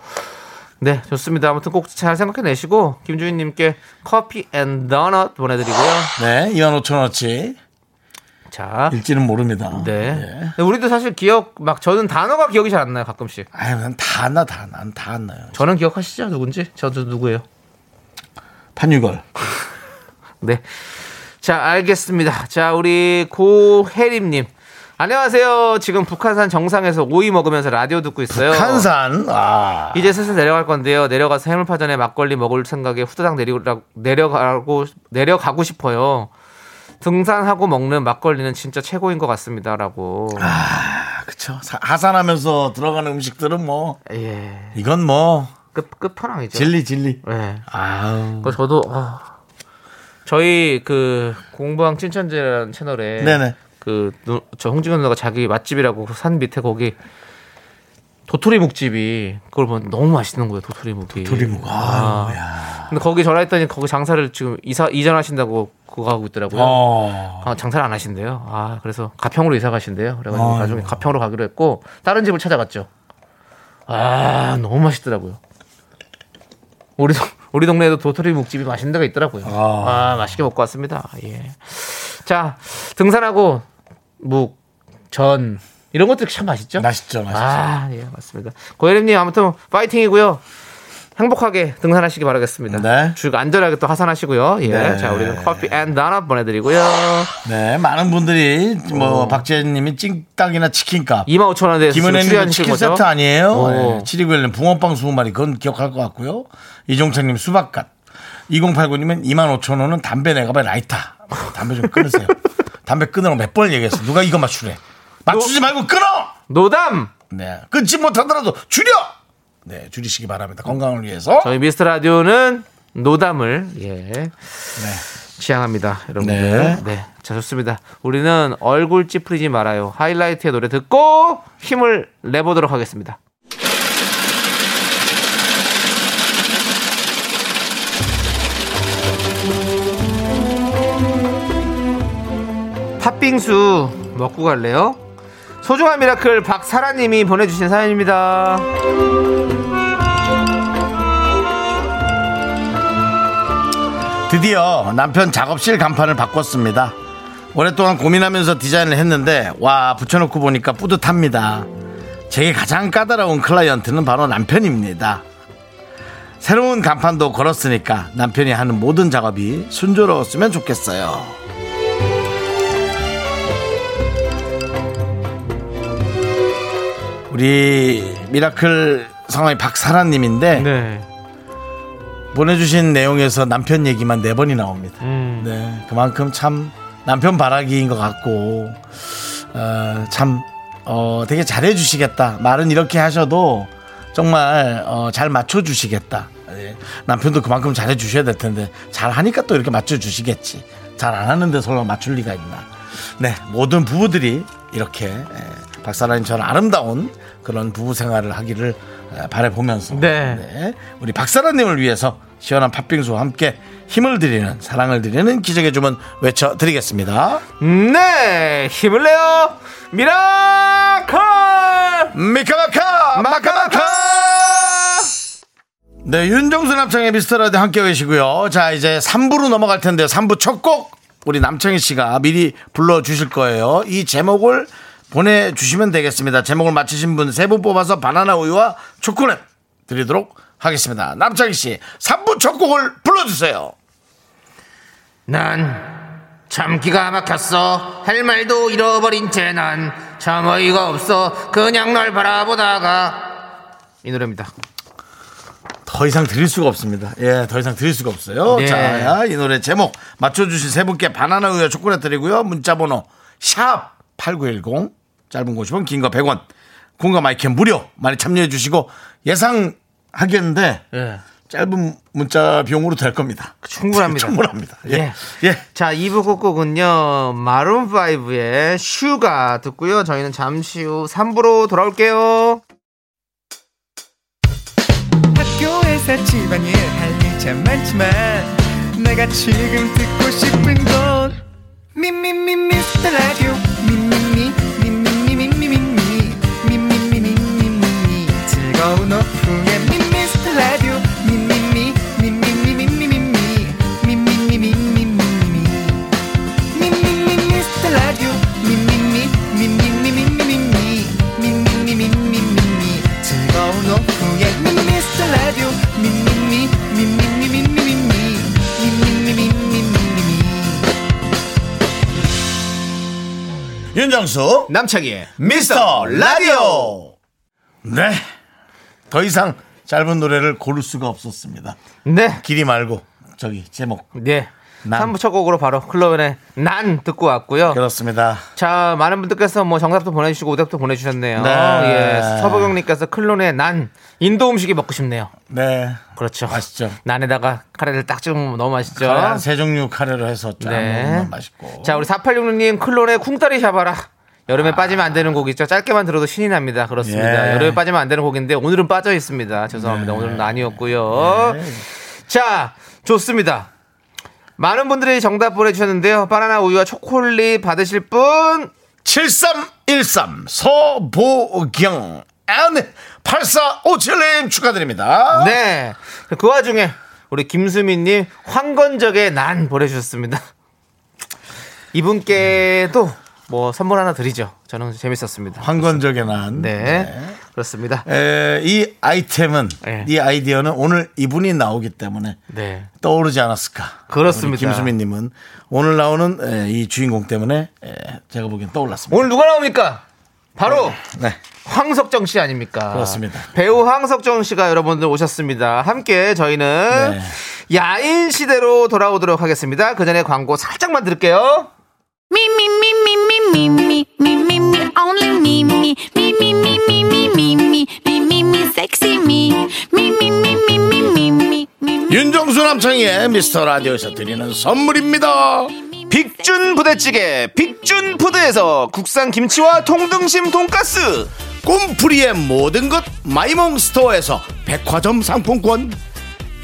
B: 네, 좋습니다. 아무튼 꼭 잘 생각해 내시고 김주인 님께 커피 앤 도넛 보내 드리고요.
A: 네, 2만 5천 원어치
B: 자.
A: 일지는 모릅니다.
B: 네.
A: 예.
B: 근데 우리도 사실 기억 막 저는 단어가 기억이 잘 안 나요 가끔씩.
A: 아유, 난다 안나, 다 안나, 다 안나요.
B: 저는 기억하시죠 누군지? 저도 누구예요?
A: 판유걸.
B: 네. 자 알겠습니다. 자 우리 고혜림님. 안녕하세요. 지금 북한산 정상에서 오이 먹으면서 라디오 듣고 있어요.
A: 한산, 아.
B: 이제 슬슬 내려갈 건데요. 내려가서 해물파전에 막걸리 먹을 생각에 후다닥 내리고 내려가고 내려가고 싶어요. 등산하고 먹는 막걸리는 진짜 최고인 것 같습니다라고.
A: 아, 그쵸. 사- 하산하면서 들어가는 음식들은 뭐,
B: 예.
A: 이건 뭐,
B: 끝 끝판왕이죠.
A: 진리, 진리.
B: 예.
A: 아우.
B: 그 저도 아, 저희 그 공방 찐천재라는 채널에
A: 네네.
B: 그저 홍진경 누나가 자기 맛집이라고 그산 밑에 거기 도토리 묵집이 그걸 보면 너무 맛있는 거예요 도토리 묵이.
A: 도리묵, 아우,
B: 아.
A: 야.
B: 근데 거기 전화했더니 거기 장사를 지금 이사 이전하신다고 그거 하고 있더라고요.
A: 어.
B: 아, 장사를 안 하신대요. 아 그래서 가평으로 이사 가신대요. 그래가지고
A: 아유.
B: 나중에 가평으로 가기로 했고 다른 집을 찾아갔죠. 아 너무 맛있더라고요. 우리 동 우리 동네에도 도토리 묵집이 맛있는 데가 있더라고요.
A: 아.
B: 아, 맛있게 먹고 왔습니다. 예. 자 등산하고 묵전 이런 것들 참 맛있죠.
A: 맛있죠, 맛있죠.
B: 아, 예, 맞습니다. 고혜림님, 아무튼, 파이팅이고요. 행복하게 등산하시기 바라겠습니다.
A: 네.
B: 쭉 안전하게 또 하산하시고요. 예.
A: 네.
B: 자, 우리는 커피 앤 나나 보내드리고요.
A: 네, 많은 분들이
B: 어.
A: 뭐 박재현님이 찡닭이나 치킨값,
B: 2만 5천 원에 대해서 지금
A: 김은혜님
B: 추리하신
A: 치킨
B: 거죠?
A: 세트 아니에요?
B: 오.
A: 7291님 붕어빵 20마리 그건 기억할 것 같고요. 이종철님 수박갓, 2089님은 2만 5천 원은 담배 내가봐 라이터. 담배 좀 끊으세요. 담배 끊으라고 몇 번 얘기했어. 누가 이거 맞추래? 맞추지 말고 끊어!
B: 노담!
A: 네, 끊지 못하더라도 줄여! 네, 줄이시기 바랍니다. 건강을 위해서.
B: 저희 미스터 라디오는 노담을 예. 지향합니다, 여러분들.
A: 네.
B: 네. 자, 좋습니다. 우리는 얼굴 찌푸리지 말아요. 하이라이트의 노래 듣고 힘을 내보도록 하겠습니다. 팥빙수 먹고 갈래요? 소중한 미라클 박사라님이 보내주신 사연입니다.
A: 드디어 남편 작업실 간판을 바꿨습니다. 오랫동안 고민하면서 디자인을 했는데 와 붙여놓고 보니까 뿌듯합니다. 제게 가장 까다로운 클라이언트는 바로 남편입니다. 새로운 간판도 걸었으니까 남편이 하는 모든 작업이 순조로웠으면 좋겠어요. 우리 미라클 상황이 박사라님인데
B: 네.
A: 보내주신 내용에서 남편 얘기만 네 번이 나옵니다.
B: 음.
A: 네, 그만큼 참 남편 바라기인 것 같고 어, 참 어, 되게 잘해주시겠다. 말은 이렇게 하셔도 정말 어, 잘 맞춰주시겠다. 예, 남편도 그만큼 잘해주셔야 될 텐데 잘 하니까 또 이렇게 맞춰주시겠지. 잘 안 하는데 설마 맞출 리가 있나? 네, 모든 부부들이 이렇게 예, 박사라님처럼 아름다운 그런 부부 생활을 하기를 예, 바라보면서
B: 네.
A: 네, 우리 박사라님을 위해서 시원한 팥빙수와 함께 힘을 드리는 사랑을 드리는 기적의 주문 외쳐드리겠습니다.
B: 네 힘을 내요 미라클
A: 미카마카 마카마카 네 윤정수 남창의 미스터라디 함께 계시고요 자 이제 3부로 넘어갈 텐데요 3부 첫 곡 우리 남창희 씨가 미리 불러주실 거예요 이 제목을 보내주시면 되겠습니다 제목을 맞히신 분 세 분 뽑아서 바나나 우유와 초콜릿 드리도록 하겠습니다 남창희 씨 3부 첫 곡을 불러주세요
B: 난참 기가 막혔어 할 말도 잃어버린 채 난 참 어이가 없어 그냥 널 바라보다가 이 노래입니다
A: 더 이상 드릴 수가 없습니다. 예, 더 이상 드릴 수가 없어요.
B: 네.
A: 자, 야, 이 노래 제목 맞춰주신 세 분께 바나나 우유 초콜릿 드리고요. 문자번호 샵 #8910 짧은 50원, 긴 거 100원. 공과 마이크 무료 많이 참여해 주시고 예상하겠는데
B: 예
A: 짧은 문자 비용으로 될 겁니다.
B: 그 충분합니다.
A: 충분합니다. 예, 예.
B: 자 2부 곡곡은요 마룬5의 슈가 듣고요 저희는 잠시 후 3부로 돌아올게요
D: 학교에서 집안일 할 일 참 많지만 내가 지금 듣고 싶은 건 미미미 미스터 라디오 미미미 미미미 미미미 미미미 미미미 미미미 즐거운 오후에 미미스터 라디오 미미미 미미미 미미미 미미미 미미미 미미미
A: 윤정수
B: 남창희의
A: 미스터 라디오. 네, 더 이상 짧은 노래를 고를 수가 없었습니다.
B: 네
A: 길이 말고 저기 제목
B: 네.
A: 난.
B: 3부 첫 곡으로 바로 클로벤의 난 듣고 왔고요.
A: 그렇습니다.
B: 자, 많은 분들께서 뭐 정답도 보내주시고 오답도 보내주셨네요.
A: 네.
B: 예. 서보경님께서 클론의 난, 인도 음식이 먹고 싶네요.
A: 네.
B: 그렇죠.
A: 맛있죠.
B: 난에다가 카레를 딱 찍으면 너무 맛있죠. 네.
A: 카레 한세 종류 카레로 해서 쫙 먹으면 맛있고.
B: 그렇죠. 자, 우리 4866님 클론의 쿵따리 샤바라. 여름에 빠지면 안 되는 곡이죠. 짧게만 들어도 신이 납니다. 그렇습니다.
A: 아. 예. 네.
B: 여름에 빠지면 안 되는 곡인데 오늘은 빠져 있습니다. 죄송합니다. 오늘은 아니었고요. 자, 좋습니다. 많은 분들이 정답 보내주셨는데요. 바나나 우유와 초콜릿 받으실 분
A: 7313 서보경 N 8457님 축하드립니다.
B: 네. 그 와중에 우리 김수민님 황건적의 난 보내주셨습니다. 이분께도 뭐 선물 하나 드리죠. 저는 재밌었습니다.
A: 황건적의 난.
B: 네. 그렇습니다.
A: 에, 이 아이템은
B: 예.
A: 이 아이디어는 오늘 이분이 나오기 때문에
B: 네.
A: 떠오르지 않았을까.
B: 그렇습니다.
A: 우리 김수민님은 오늘 나오는 에, 이 주인공 때문에 에, 제가 보기엔 떠올랐습니다.
B: 오늘 누가 나옵니까? 바로
A: 네.
B: 황석정 씨 아닙니까?
A: 그렇습니다.
B: 배우 황석정 씨가 여러분들 오셨습니다. 함께 저희는
A: 네.
B: 야인 시대로 돌아오도록 하겠습니다. 그 전에 광고 살짝만 들을게요.
C: Me, me, me, me, me, me, me, me, me, me, only me, me, me, me, me, me, me, me, me, me, me, me, sexy me, me, me, me, me, me, me, me, me, me.
A: 윤정수 남창희의 미스터 라디오에서 드리는 선물입니다.
B: 빅준 부대찌개 빅준 푸드에서 국산 김치와 통등심 돈가스
A: 꿈풀이의 모든 것 마이몽 스토어에서 백화점 상품권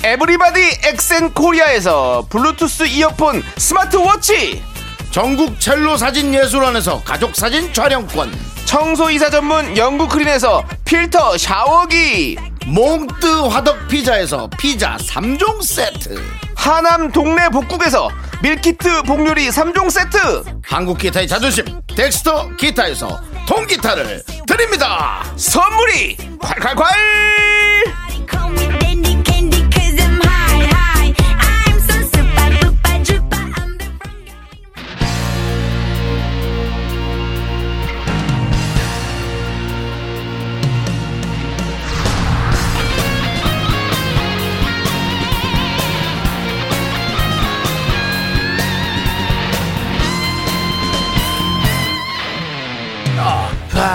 B: 에브리바디 엑센 코리아에서 블루투스 이어폰 스마트워치
A: 전국 첼로 사진 예술원에서 가족 사진 촬영권
B: 청소이사 전문 영국 크린에서 필터 샤워기
A: 몽뜨 화덕 피자에서 피자 3종 세트
B: 하남 동네 복국에서 밀키트 복요리 3종 세트
A: 한국 기타의 자존심 덱스터 기타에서 통기타를 드립니다
B: 선물이 콸콸콸
C: Call me dandy candy 'cause I'm high, high. I'm so super, duper, duper. I'm the wrong guy.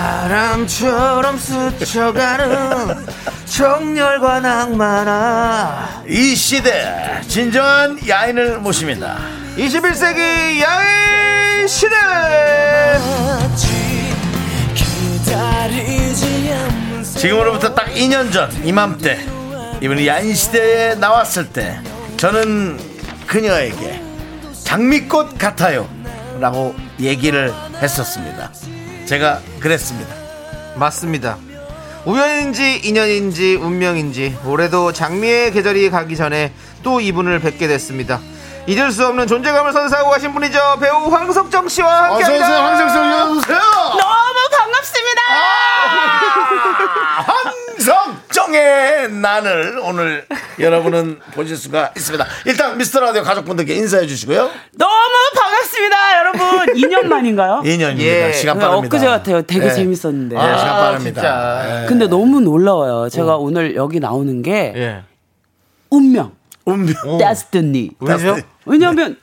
B: 바람처럼 스쳐가는 정열과 낭만아
A: 이 시대 진정한 야인을 모십니다
B: 21세기 야외 시대
A: 지금으로부터 딱 2년 전 이맘때 이분이 야인 시대에 나왔을 때 저는 그녀에게 장미꽃 같아요 라고 얘기를 했었습니다 제가 그랬습니다
B: 맞습니다 우연인지 인연인지 운명인지 올해도 장미의 계절이 가기 전에 또 이분을 뵙게 됐습니다 잊을 수 없는 존재감을 선사하고 가신 분이죠 배우 황석정 씨와
A: 어서오세요
B: 함께합니다
A: 아, 황석정 씨어서오세요
E: 아, 너무 반갑습니다.
A: 아, 황석정의 난을 오늘 여러분은 보실 수가 있습니다 일단 미스터라디오 가족분들께 인사해 주시고요
E: 너무 반갑습니다, 여러분. 2년 만인가요?
A: 2년입니다
B: 예.
A: 시간
E: 네,
A: 빠릅니다
E: 엊그제 같아요. 네. 되게
A: 예.
E: 재밌었는데.
A: 아, 시간
B: 아,
A: 빠릅니다
B: 진짜.
A: 예. 어.
E: 근데 너무 놀라워요. 제가 오늘 여기 나오는 게
B: 예.
E: 운명,
A: 어. 운명
E: 네,
A: 네.
E: 데스티니.
B: 왜죠?
E: 왜냐하면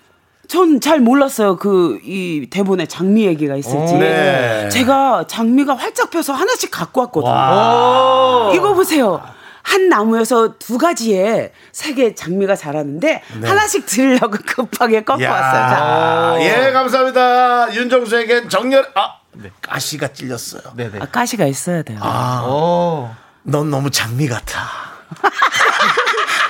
E: 전 잘 몰랐어요. 그 이 대본에 장미 얘기가 있을지.
A: 네.
E: 제가 장미가 활짝 펴서 하나씩 갖고 왔거든요. 어. 이거 보세요. 한 나무에서 두 가지에 세 개의 장미가 자라는데 하나씩 들으려고 급하게 꺾어 왔어요. 자.
A: 네. 야, 예, 감사합니다. 윤정수에겐 정렬, 아, 가시가 찔렸어요.
E: 아, 가시가 있어야 돼요.
A: 넌 너무 장미 같아.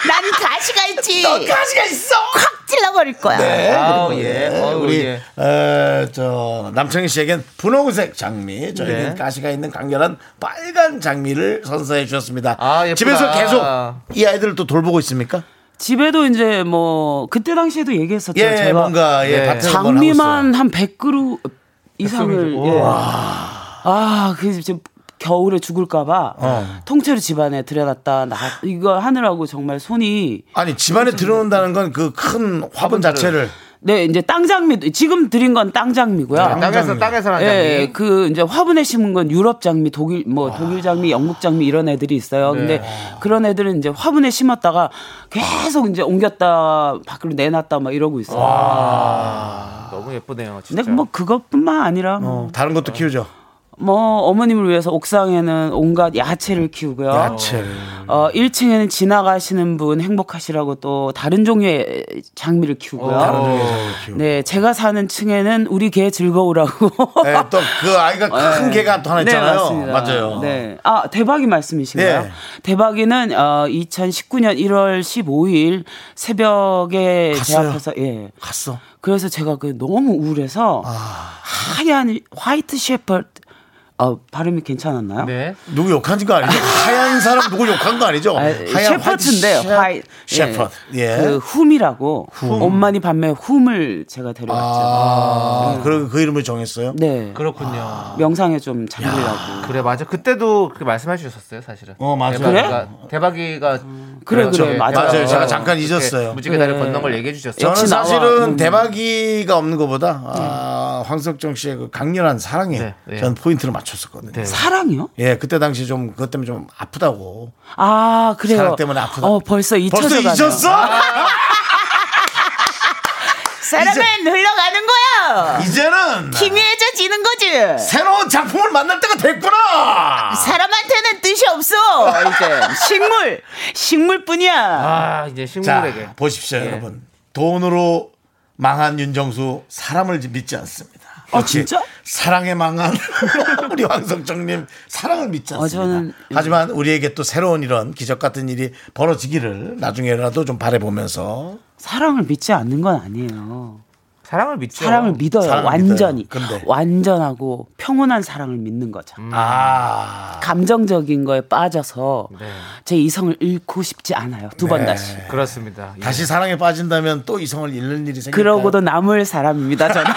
E: 난 가시가 있지.
A: 가시가 있어! 네,
E: 확 찔러버릴 거야.
B: 아우, 예. 어우,
A: 우리,
B: 예.
A: 에, 저, 남창희 씨에겐 분홍색 장미, 저에겐
B: 네.
A: 가시가 있는 강렬한 빨간 장미를 선사해 주셨습니다.
B: 아, 예쁘다.
A: 집에서 계속 이 아이들을 또 돌보고 있습니까?
E: 집에도 이제 뭐 그때 당시에도 얘기했었죠.
A: 예,
E: 제가
A: 뭔가, 예,
B: 네.
A: 밭에서 뭘 하고 있어요.
E: 장미만 한 100그루 이상을 예. 아, 그 지금 겨울에 죽을까 봐 통째로 집안에 들여놨다 나 이거 하느라고 정말 손이
A: 아니, 집안에 들어온다는 건 그 큰 화분 자체를.
E: 네, 이제 땅장미 지금 드린 건 땅장미고요.
A: 네,
B: 땅에서 땅에서 난 장미
E: 예, 그 이제 화분에 심은 건 유럽 장미, 독일 뭐
A: 아.
E: 독일 장미, 영국 장미 이런
A: 네.
E: 애들이 있어요. 근데 그런 애들은 이제 화분에 심었다가 계속 이제 옮겼다 밖으로 내놨다 막 이러고 있어요.
B: 너무 예쁘네요 진짜
E: 근데 뭐 그것뿐만 아니라
B: 어.
E: 뭐,
A: 다른 것도 키우죠.
E: 뭐 어머님을 위해서 옥상에는 온갖 야채를 키우고요.
A: 야채.
E: 어, 1층에는 지나가시는 분 행복하시라고 또 다른 종류의 장미를
A: 어,
E: 키우고요.
B: 어.
E: 네, 제가 사는 층에는 우리 개 즐거우라고.
A: 네, 또그 아이가 큰
B: 어.
A: 개가 또 하나
B: 네,
A: 있잖아요. 맞아요.
E: 네. 아, 대박이 말씀이신가요?
A: 네.
E: 대박이는 어, 2019년 1월 15일 새벽에 제
A: 갔어요?
E: 앞에서 예.
A: 갔어. 아.
E: 그래서 제가 그 너무 우울해서 하얀 화이트 셰퍼드 어, 발음이 괜찮았나요?
B: 네.
A: 누구 욕한 거 아니죠? 하얀 사람 누구 욕한 거 아니죠?
E: 아, 셰퍼트인데
A: 화이트 셰-
E: 화이
A: 셰퍼트. 예.
E: 그 훔이라고 엄마니 밤에 훔을 제가 데려왔죠.
A: 아, 그럼 그 이름을 정했어요?
E: 네.
B: 그렇군요.
E: 명상에 좀 잠들라고.
B: 그래 맞아. 그때도 그렇게 말씀해 주셨어요, 사실은.
A: 어, 맞아요.
B: 대박이가 대박이가
E: 그래,
B: 그렇죠.
E: 그래, 맞아요.
A: 맞아요. 제가
B: 어,
A: 잠깐
B: 그렇게
A: 잊었어요.
B: 무지개 다리
E: 그래.
B: 건넌 걸 얘기해 주셨어요.
A: 저는
E: 역시 나와.
A: 사실은
E: 음. 네.
A: 대박이가 없는 것보다 아, 황석정 씨의 그 강렬한 사랑에
B: 네, 네.
A: 저는 포인트를 맞췄었거든요.
B: 네.
E: 사랑이요?
A: 예, 그때 당시 좀 그것 때문에 좀 아프다고.
E: 아 그래요.
A: 사랑 때문에 아프다.
E: 어 벌써 잊혀져
A: 벌써
E: 가네요. 아.
A: 잊었어?
E: 사랑은 흘러가는 거야.
A: 이제는
E: 희미해져지는 거지.
A: 새로운 작품을 만날 때가 됐구나.
E: 사람한테는 뜻이 없어. 이제 식물 식물뿐이야.
B: 아 이제 식물에게
E: 음.
A: 자, 보십시오,
E: 네.
A: 여러분. 돈으로 망한 윤정수 사람을 믿지 않습니다.
E: 아,
A: 역시
E: 진짜?
A: 사랑에 망한 우리 황성정님 사랑을 믿지 않습니다.
E: 저는-
A: 하지만 우리에게 또 새로운 이런 기적 같은 일이 벌어지기를 나중에라도 좀 바래보면서
E: 사랑을 믿지 않는 건 아니에요.
B: 사랑을 믿죠.
E: 사랑을 믿어요.
A: 사랑을
E: 완전히.
A: 믿어요. 근데. 음.
E: 완전하고 평온한 사랑을 믿는 거죠.
A: 아 네.
E: 감정적인 거에 빠져서 제 이성을 잃고 싶지 않아요. 두 번 다시.
B: 그렇습니다. 예.
A: 다시 사랑에 빠진다면 또 이성을 잃는 일이 생길까요?
E: 그러고도 남을 사람입니다. 저는.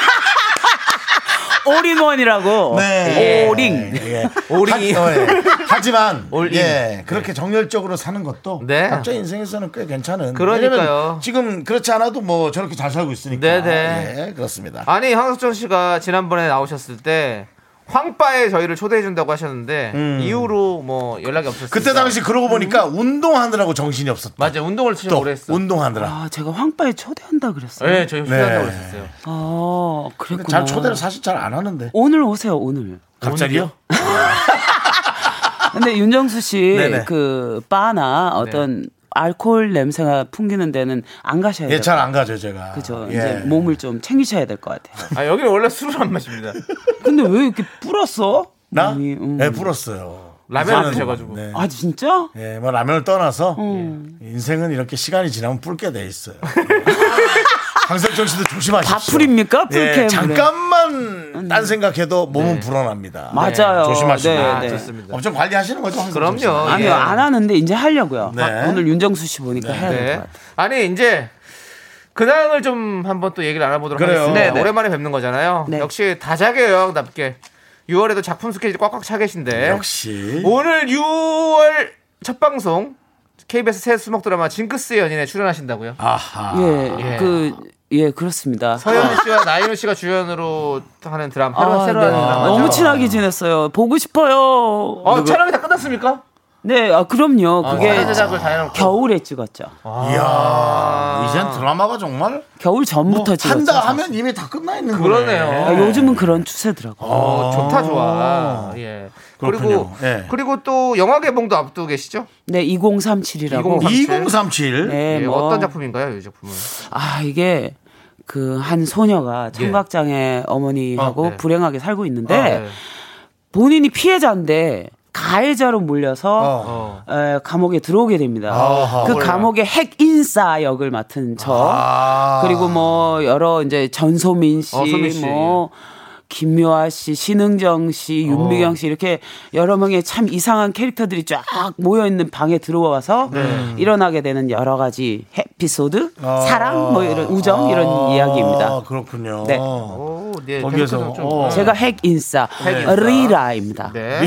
E: 올인원이라고.
A: 네.
E: 오링.
A: 예.
B: 오링이.
A: 하, 지만
B: 올인.
A: 예, 그렇게 정열적으로 사는 것도
B: 네.
A: 각자 인생에서는 꽤 괜찮은.
B: 그러니까요.
A: 왜냐면 지금 그렇지 않아도 뭐 저렇게 잘 살고 있으니까.
B: 네네.
A: 예, 그렇습니다.
B: 아니 황석정 씨가 지난번에 나오셨을 때 황바에 저희를 초대해 준다고 하셨는데 이후로 뭐 연락이 없었어요.
A: 음. 그때 당시 그러고 보니까 운동하느라고 정신이 없었다.
B: 맞아 요 운동을 진짜
A: 또
B: 오래 했어.
A: 운동하느라.
E: 아, 제가 황바에 초대한다 그랬어요.
B: 네, 저희 훈련하고 있었어요.
E: 아, 그랬구나.
A: 잘 초대를 사실 잘 안 하는데.
E: 오늘 오세요, 오늘.
A: 갑자기요?
E: 근데 윤정수 씨
A: 네네.
E: 그 바나 어떤 알코올 냄새가 풍기는 데는 안 가셔야
B: 네.
E: 돼요.
A: 예, 잘 안 가죠, 제가.
E: 그죠.
A: 예.
E: 이제 몸을 좀 챙기셔야 될 것 같아요.
B: 아 여기는 원래 술을 안 마십니다.
E: 근데 왜 이렇게 불었어?
A: 나?
E: 몸이, 음.
A: 예, 불었어요.
B: 라면 안
A: 저는,
B: 드셔가지고.
A: 네.
E: 아 진짜?
A: 예, 뭐 라면을 떠나서
E: 음.
A: 인생은 이렇게 시간이 지나면 붉게 돼 있어요. 강석정 씨도 조심하십시오.
E: 밥풀입니까? 불쾌
A: 예, 잠깐만 딴 생각해도 몸은 불어납니다.
E: 맞아요.
A: 네, 조심하시고.
E: 네,
B: 네. 아,
E: 네.
B: 좋습니다.
A: 엄청 관리하시는 거죠, 황석정 씨.
B: 그럼요.
E: 아니요
B: 예.
E: 안 하는데 이제 하려고요.
A: 네.
E: 아, 오늘 윤정수 씨 보니까 해야 될 것
B: 네.
E: 같아요.
B: 아니 이제 근황을 좀 한번 또 얘기를 알아보도록
A: 그래요.
B: 하겠습니다.
A: 네네.
B: 오랜만에 뵙는 거잖아요.
E: 네.
B: 역시 다작의 여왕답게 6월에도 작품 스케줄 꽉꽉 차 계신데
A: 역시.
B: 오늘 6월 첫 방송 KBS 새 수목 드라마 징크스의 연인에 출연하신다고요?
A: 아하.
B: 예.
E: 예, 그 예 그렇습니다.
B: 서현우 씨와 나인우 씨가 주연으로 하는 드라마 새로
E: 아,
B: 새로
E: 네.
B: 하는 드라마
E: 너무 친하게 지냈어요. 보고 싶어요.
B: 어, 촬영이 다 끝났습니까?
E: 네, 아, 그럼요. 그게
B: 사진 제작을 다 해놓고
E: 겨울에 찍었죠.
A: 이야.
B: 아.
A: 이젠 드라마가 정말
E: 겨울 전부터
A: 뭐
E: 찍었죠.
A: 한다 하면 이미 다 끝나 있는 거네.
B: 그러네요.
E: 아, 요즘은 그런 추세더라고요.
B: 어, 좋다 좋아. 예.
A: 그렇군요.
B: 그리고
A: 예.
B: 그리고 또 영화 개봉도 앞두고 계시죠?
E: 네, 2037이라고.
B: 2037.
A: 2037.
E: 네,
B: 예,
E: 뭐
B: 어떤 작품인가요, 이 작품은?
E: 아 이게 그 한 소녀가 청각장애 어머니하고
B: 어, 예. 네.
E: 불행하게 살고 있는데
B: 아, 네.
E: 본인이 피해자인데 가해자로 몰려서
B: 어.
E: 에, 감옥에 들어오게 됩니다.
A: 아하,
E: 그
A: 몰라.
E: 감옥의 핵인싸 역을 맡은 저
A: 아.
E: 그리고 뭐 여러 이제 전소민 씨,
B: 어, 소민 씨.
E: 뭐 김묘아 씨, 신흥정 씨,
B: 어.
E: 윤미경 씨 이렇게 여러 명의 참 이상한 캐릭터들이 쫙 모여 있는 방에 들어와서
B: 네.
E: 일어나게 되는 여러 가지 에피소드,
B: 아.
E: 사랑, 뭐 이런 우정 이런
A: 아,
E: 이야기입니다.
A: 그렇군요.
E: 네.
B: 오, 네.
A: 거기에서,
B: 계속해서 좀.
A: 어.
E: 제가 핵 인싸
B: 네. 핵인싸.
E: 리라입니다.
B: 네.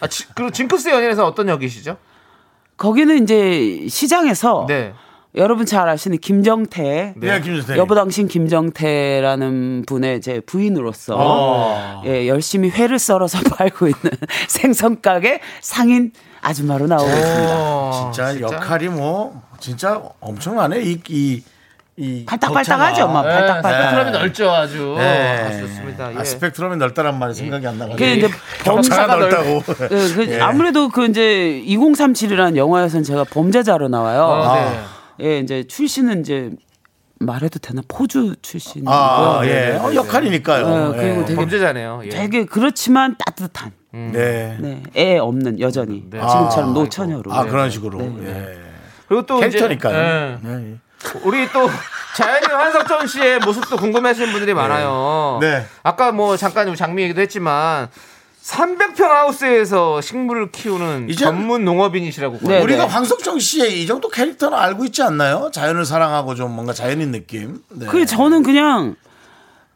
B: 아, 지- 그리고 징크스 연인에서 어떤 역이시죠?
E: 거기는 이제
A: 어.
E: 시장에서
B: 네.
E: 여러분 잘 아시는 김정태
A: 네, 김준태.
E: 여보 당신 김정태라는 분의 제 부인으로서
A: 아.
E: 예, 열심히 회를 썰어서 팔고 있는 생선 가게 상인 아줌마로 나오고 있습니다.
A: 어,
B: 어,
A: 진짜, 역할이 뭐 진짜 엄청나네. 이 이 이
E: 팔딱팔딱하죠, 막
A: 격차가.
E: 팔딱팔딱.
B: 스펙트럼이 네. 넓죠, 아주.
A: 네.
B: 아, 좋습니다. 예.
A: 아, 스펙트럼이 넓다란 말이 생각이 안 나가지고.
E: 그게 이제
A: 네. 격차가
E: 범사가
A: 넓다고.
E: 그, 그
A: 예.
E: 아무래도 그 이제 2037이라는 영화에서는 제가 범죄자로 나와요.
A: 아.
B: 어, 네.
E: 예, 이제 출신은 이제 말해도 되나 포주 출신이고요.
A: 아,
B: 네,
A: 예.
B: 네,
A: 어,
B: 네.
A: 역할이니까요.
E: 예, 그리고
A: 예.
E: 되게
B: 범죄자네요. 예.
E: 되게 그렇지만 따뜻한
A: 네.
E: 네, 애 없는 여전히
B: 네.
E: 지금처럼
A: 아,
E: 노처녀로
A: 아, 그런 식으로.
E: 네.
A: 예.
B: 그리고 또 이제-
A: 캐릭터니까요. 네.
B: 예. 우리 또 자연인 한석천 씨의 모습도 궁금해하시는 분들이 많아요.
A: 네.
B: 아까 뭐 잠깐 우리 장미 얘기도 했지만 300평 하우스에서 식물을 키우는
A: 이제-
B: 전문 농업인이시라고
E: 네.
A: 우리가 황석정 씨의 이 정도 캐릭터는 알고 있지 않나요? 자연을 사랑하고 좀 뭔가 자연인 느낌. 네.
E: 그 저는 그냥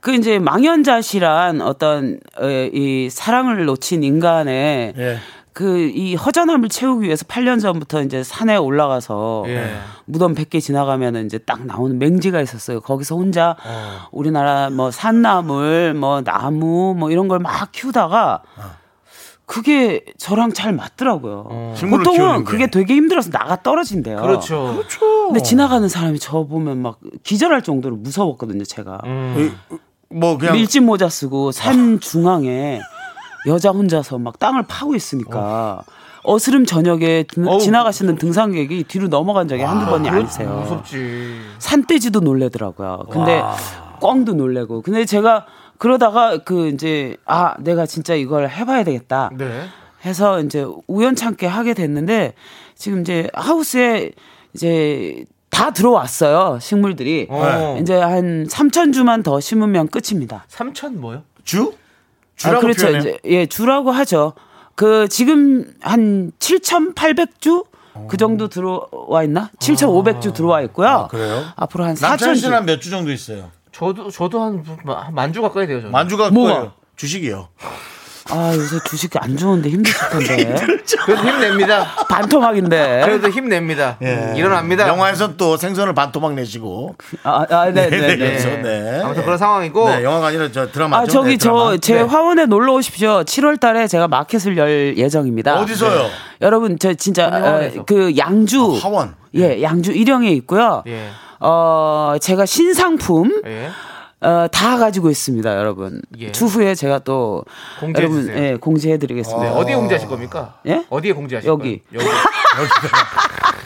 E: 그 이제 망연자실한 어떤 에, 이 사랑을 놓친 인간의
A: 예.
E: 그 이 허전함을 채우기 위해서 8년 전부터 이제 산에 올라가서
B: 예.
E: 무덤 100개 지나가면은 이제 딱 나오는 맹지가 있었어요. 거기서 혼자
B: 어.
E: 우리나라 뭐 산나물, 뭐 나무 뭐 이런 걸 막 키우다가
B: 어.
E: 그게 저랑 잘 맞더라고요.
A: 식물을 키우는
E: 보통은
A: 게.
E: 그게 되게 힘들어서 나가 떨어진대요.
B: 어. 그렇죠.
E: 근데 지나가는 사람이 저 보면 막 기절할 정도로 무서웠거든요, 제가.
B: 음.
A: 이- 뭐 그냥 아.
E: 밀짚 모자 쓰고 산 중앙에 여자 혼자서 막 땅을 파고 있으니까 어. 스름 저녁에 드- 지나가시는 등산객이 뒤로 넘어간 적이 한두 번이 아니세요.
B: 무섭지.
E: 산돼지도 놀래더라고요. 근데 꿩도 놀래고. 근데 제가 그러다가 그 이제 아, 내가 진짜 이걸 해 봐야 되겠다.
B: 네.
E: 해서 이제 우연찮게 하게 됐는데 지금 이제 하우스에 이제 다 들어왔어요 식물들이
B: 어.
E: 이제 한 3천 주만 더 심으면 끝입니다.
B: 삼천 뭐요?
A: 주?
E: 아,
A: 주라고
E: 그렇죠.
A: 표현해요?
E: 이제 예 주라고 하죠. 그 지금 한 7,800주 그 정도 들어와 있나? 7,500주 들어와 있고요.
A: 아, 그래요?
E: 앞으로 한
A: 남찬
E: 4천 주.
A: 씨는 한몇 주 정도 있어요?
B: 저도 저도 한만주 가까이 돼요. 저는.
A: 만주가
E: 뭐가?
A: 거예요. 주식이요.
E: 아 요새 주식 안 좋은데 힘드실 텐데
B: 그래도 힘냅니다.
E: 반토막인데.
B: 그래도 힘냅니다. 일어납니다.
A: 예. 영화에선 또 생선을 반토막 내시고.
E: 아네네 네. 네.
A: 그래서, 네.
B: 예. 아무튼 그런 상황이고
A: 네, 영화가 아니라 저 드라마죠.
E: 아 저기
A: 네, 드라마.
E: 저 제
A: 네.
E: 화원에 놀러 오십시오. 7월 달에 제가 마켓을 열 예정입니다. 네.
A: 어디서요?
E: 여러분 저 진짜
B: 화원에서.
E: 어, 그 양주
A: 아, 화원.
E: 예 양주 일영에 있고요.
B: 예.
E: 어 제가 신상품
A: 네.
B: 예.
E: 어, 다 가지고 있습니다, 여러분.
B: 예.
E: 추후에 제가 또
B: 공지해
E: 여러분
B: 주세요.
E: 예, 공지해드리겠습니다.
B: 네, 어디에 공지하실 겁니까?
E: 예?
B: 어디에 공지하실
E: 여기.
B: 거예요? 여기.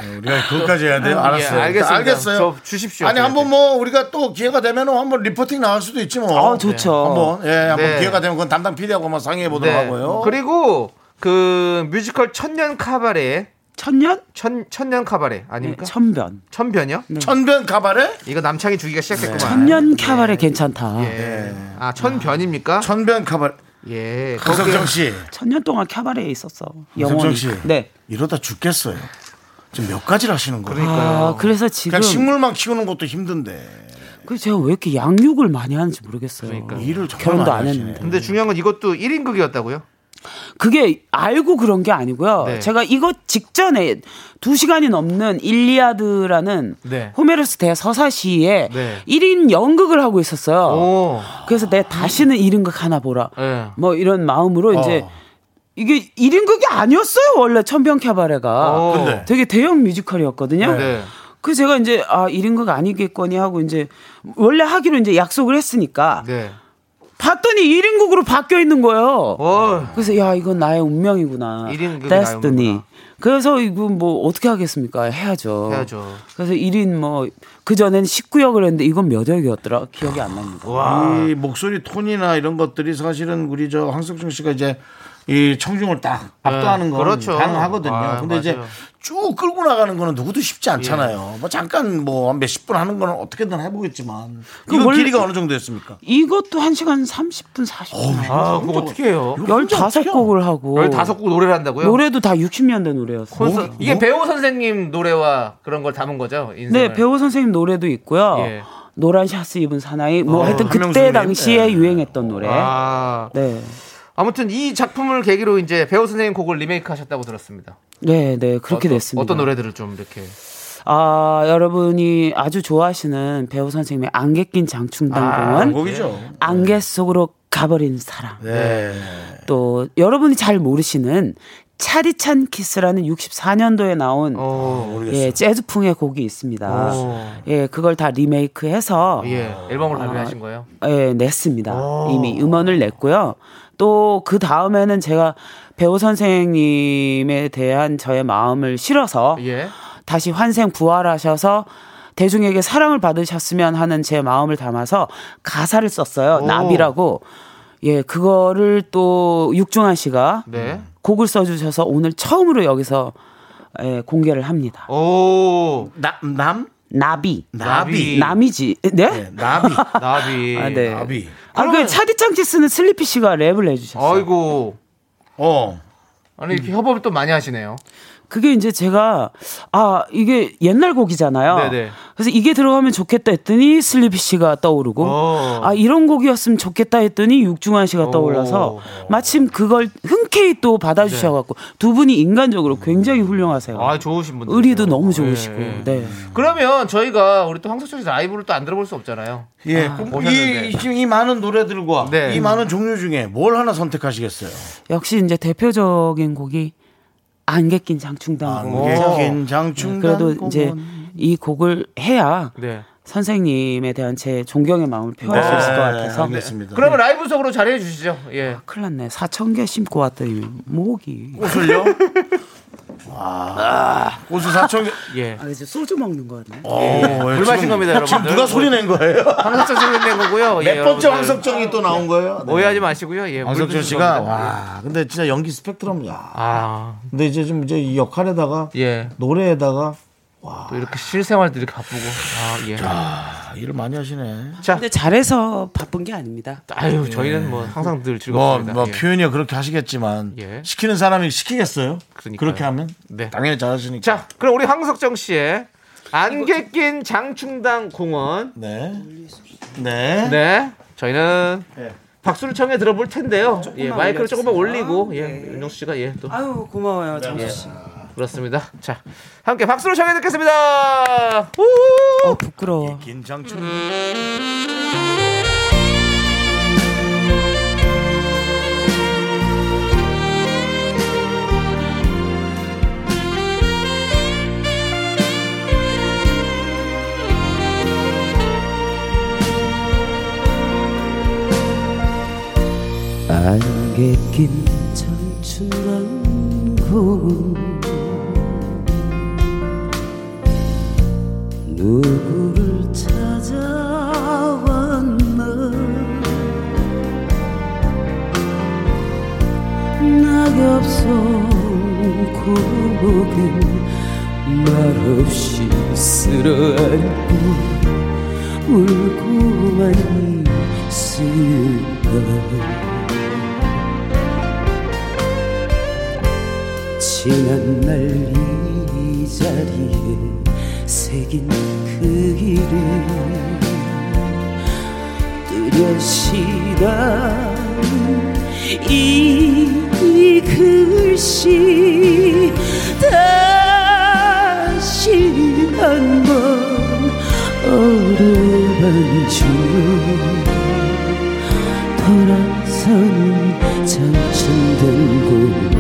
A: 네, 우리가 그것까지 해야 돼요. 알았어요.
B: 예, 알겠습니다.
A: 알겠어요.
B: 저 주십시오.
A: 아니 한번 뭐 우리가 또 기회가 되면 한번 리포팅 나갈 수도 있지 뭐.
E: 아 좋죠.
A: 한번 예, 한번
B: 네.
A: 기회가 되면 그건 담당 PD하고 한번 상의해 보도록
B: 네.
A: 하고요.
B: 그리고 그 뮤지컬 천년 카바레
E: 천년 예,
B: 천 천년 카바레 아닙니까?
E: 네, 천변
B: 천변이요?
E: 음.
A: 천변 가발에
B: 이거 남창이 주기가 시작됐구만.
E: 네. 천년 캐바레 괜찮다.
B: 아, 네. 예. 아 천변입니까?
A: 네. 천변 가발.
B: 예. 거기-
A: 구성정 씨
E: 천년 동안 캐바레에 있었어.
B: 아,
E: 영원히.
A: 구성정 씨.
E: 네.
A: 이러다 죽겠어요. 지금 몇 가지를 하시는 거예요?
E: 아 그래서 지금
B: 그러니까
A: 그냥 식물만 키우는 것도 힘든데
E: 그 제가 왜 이렇게 양육을 많이 하는지 모르겠어요.
A: 일을 정말
E: 아,
A: 많이
E: 결혼도 안
A: 하시네.
E: 했는데.
B: 근데 중요한 건 이것도 1인극이었다고요?
E: 그게 알고 그런 게 아니고요.
B: 네.
E: 제가 이거 직전에 두 시간이 넘는 일리아드라는
B: 네.
E: 호메로스 대서사시에
B: 네.
E: 일 1인 연극을 하고
A: 아.
E: 있었어요.
B: 오.
E: 그래서 내 다시는 1인극 하나 보라.
B: 네.
E: 뭐 이런 마음으로 이제 이게 1인극이 아니었어요. 원래 천병 캐바레가.
B: 어.
A: 아, 근데.
E: 되게 대형 뮤지컬이었거든요.
B: 네.
E: 그 제가 이제 아 1인극 아니겠거니 하고 이제 원래 하기로 이제 약속을 했으니까
B: 네.
E: 봤더니 1인국으로 바뀌어 있는 거예요.
B: 어.
E: 그래서 야 이건 나의 운명이구나.
B: 일인극이 나의
E: 데스티니.
B: 운명이구나.
E: 그래서 이거 뭐 어떻게 하겠습니까? 해야죠.
B: 해야죠.
E: 그래서 1인 뭐그 전엔 19역을 했는데 이건 몇 역이었더라? 기억이 안 납니다.
A: 이 목소리 톤이나 이런 것들이 사실은 우리 저 황석중 씨가 이제 이 청중을 딱 압도하는 건
B: 그렇죠.
A: 가능하거든요.
B: 아,
A: 근데 이제
B: 맞아요. 예.
A: 쭉 끌고 나가는 거는 누구도 쉽지 않잖아요. 뭐 잠깐 뭐 몇십 분 하는 거는 어떻게든 해보겠지만
E: 그
A: 이건
E: 원래-
A: 길이가 어느 정도였습니까?
E: 이것도 1시간 30분 40분.
B: 아, 그거 어떻게 해요?
E: 15곡을 하고
B: 15곡 노래를 한다고요?
E: 노래도 다 60년대 노래였어요.
B: 콘서- 이게 배우 선생님 노래와 그런 걸 담은 거죠? 인생을.
E: 네, 배우 선생님 노래도 있고요.
B: 예.
E: 노란 샤스 입은 사나이 뭐 하여튼
A: 한명수
E: 그때
A: 선생님?
E: 당시에
A: 네.
E: 유행했던 노래.
B: 아.
E: 네.
B: 아무튼 이 작품을 계기로 이제 배우 선생님 곡을 리메이크 하셨다고 들었습니다.
E: 네, 네. 그렇게
B: 어떤-
E: 됐습니다.
B: 어떤 노래들을 좀 이렇게
E: 아, 여러분이 아주 좋아하시는 배우 선생님의 안개 낀
B: 아,
E: 장충당
B: 네.
E: 공원.
A: 곡이죠.
E: 안개 속으로 가버린 사랑.
B: 예.
A: 네.
E: 또 여러분이 잘 모르시는 차디찬 키스라는 64년도에 나온
B: 어.
E: 예, 재즈풍의 곡이 있습니다. 예, 그걸 다 리메이크해서
B: 예. 앨범으로 발매하신 거예요?
E: 예, 냈습니다. 이미 음원을 냈고요. 또 그 다음에는 제가 배우 선생님에 대한 저의 마음을 실어서
B: 예.
E: 다시 환생 부활하셔서 대중에게 사랑을 받으셨으면 하는 제 마음을 담아서 가사를 썼어요. 나비라고. 예, 그거를 또 육중한 씨가
B: 네.
E: 곡을 써주셔서 오늘 처음으로 여기서 예, 공개를 합니다.
B: 오.
A: 나, 남?
E: 나비.
A: 나비.
E: 남이지. 네?
A: 네, 나비.
B: 나비.
E: 아, 네.
A: 나비.
E: 아, 그 차디짱 키스는 슬리피 씨가 랩을 해주셨어요.
B: 아이고.
A: 어.
B: 아니 이렇게
E: 음.
B: 협업을 또 많이 하시네요.
E: 그게 이제 제가 아 이게 옛날 곡이잖아요.
B: 네네.
E: 그래서 이게 들어가면 좋겠다 했더니 슬리피 씨가 떠오르고
B: 오.
E: 아 이런 곡이었으면 좋겠다 했더니 육중환 씨가 떠올라서
B: 오.
E: 마침 그걸 흔쾌히 또 받아주셔갖고 두 분이 인간적으로 굉장히 훌륭하세요.
B: 아 좋으신 분들.
E: 의리도 너무 좋으시고 네.
B: 그러면 저희가 우리 또 황석철 씨 라이브를 또 안 들어볼 수 없잖아요.
A: 예.
B: 오셨는데.
A: 이, 지금 이 많은 노래들과
B: 네.
A: 이 많은 종류 중에 뭘 하나 선택하시겠어요?
E: 역시 이제 대표적인 곡이 안개 낀 장충당.
A: 안개긴 아, 뭐. 장충.
E: 아, 뭐. 네, 그래도 이제 이 곡을 해야
B: 네.
E: 선생님에 대한 제 존경의 마음을 표할 수 있을 것 같아서
A: 네, 알겠습니다.
B: 그러면 라이브 속으로 자리해 주시죠. 예.
E: 큰일 났네. 4천 개 심고 왔더니 목이.
A: 꽃을요? 와. 꽃을 사천 개.
B: 예.
E: 아, 이제 소주 먹는 거 같네.
A: 오, 예,
B: 물 마신
A: 지금-
B: 겁니다, 여러분.
A: 지금 누가 소리 낸 거예요?
B: 황석철 씨를 낸 거고요. 예,
A: 몇 번째
B: 여러분들
A: 네, 황석정이 또 나온 거예요? 네.
B: 오해하지 마시고요. 예. 물
A: 황석정
B: 드시는
A: 씨가
B: 겁니다.
A: 와, 근데 진짜 연기 스펙트럼 야.
B: 아.
A: 근데 이제 좀 이제 이 역할에다가
B: 예.
A: 노래에다가
B: 또 이렇게 실생활도 이렇게 바쁘고. 아, 예.
A: 아, 일을 많이 하시네.
E: 근데 잘해서 바쁜 게 아닙니다.
B: 아유, 저희는 뭐 항상 늘
A: 뭐,
B: 즐겁습니다.
A: 뭐
B: 예.
A: 표현이 그렇게 하시겠지만
B: 예.
A: 시키는 사람이 시키겠어요?
B: 그러니까요.
A: 그렇게 하면
B: 네.
A: 당연히 잘하시니까.
B: 자, 그럼 우리 황석정 씨의 안개 낀 장충당 공원.
A: 네. 네.
B: 네. 저희는
A: 예.
B: 박수를 청해 네. 들어볼 텐데요. 예, 마이크를 조금만 올리고 예, 윤정수 씨가 예, 또
E: 아유 고마워요 정수 씨.
B: 그렇습니다. 자, 함께 박수를 청해 듣겠습니다. 우!
E: 어 부끄러워.
A: 긴 장충.
B: 음.
E: 안개 낀 장충당 공원 누구를 찾아왔나 낙엽 속 고목은 말없이 쓸어안고 울고만 있을까 지난 날 이 자리에 새긴 그 이름 뚜렷이다는 이, 이 글씨 다시 한번 어루만 주로 돌아선 장춘된 공원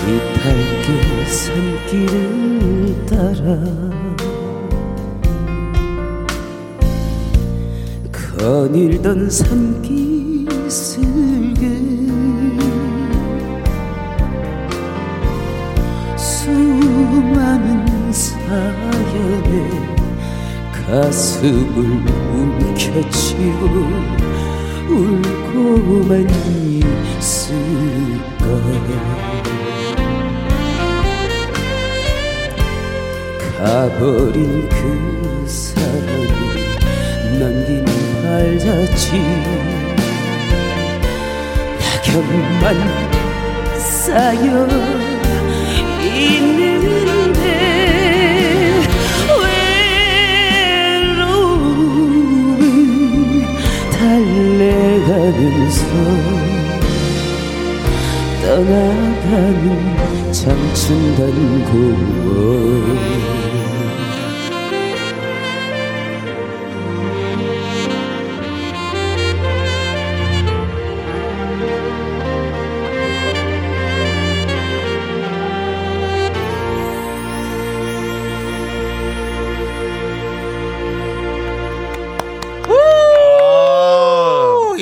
E: 이탈길 산길을 따라 거닐던 산길 슬근 수많은 사연에 가슴을 움켜쥐고 울고만 있을까 가버린 그 사람이 남긴 발자취 낙엽만 쌓여 있는데 외로움을 달래가면서 떠나가는 장춘단 공원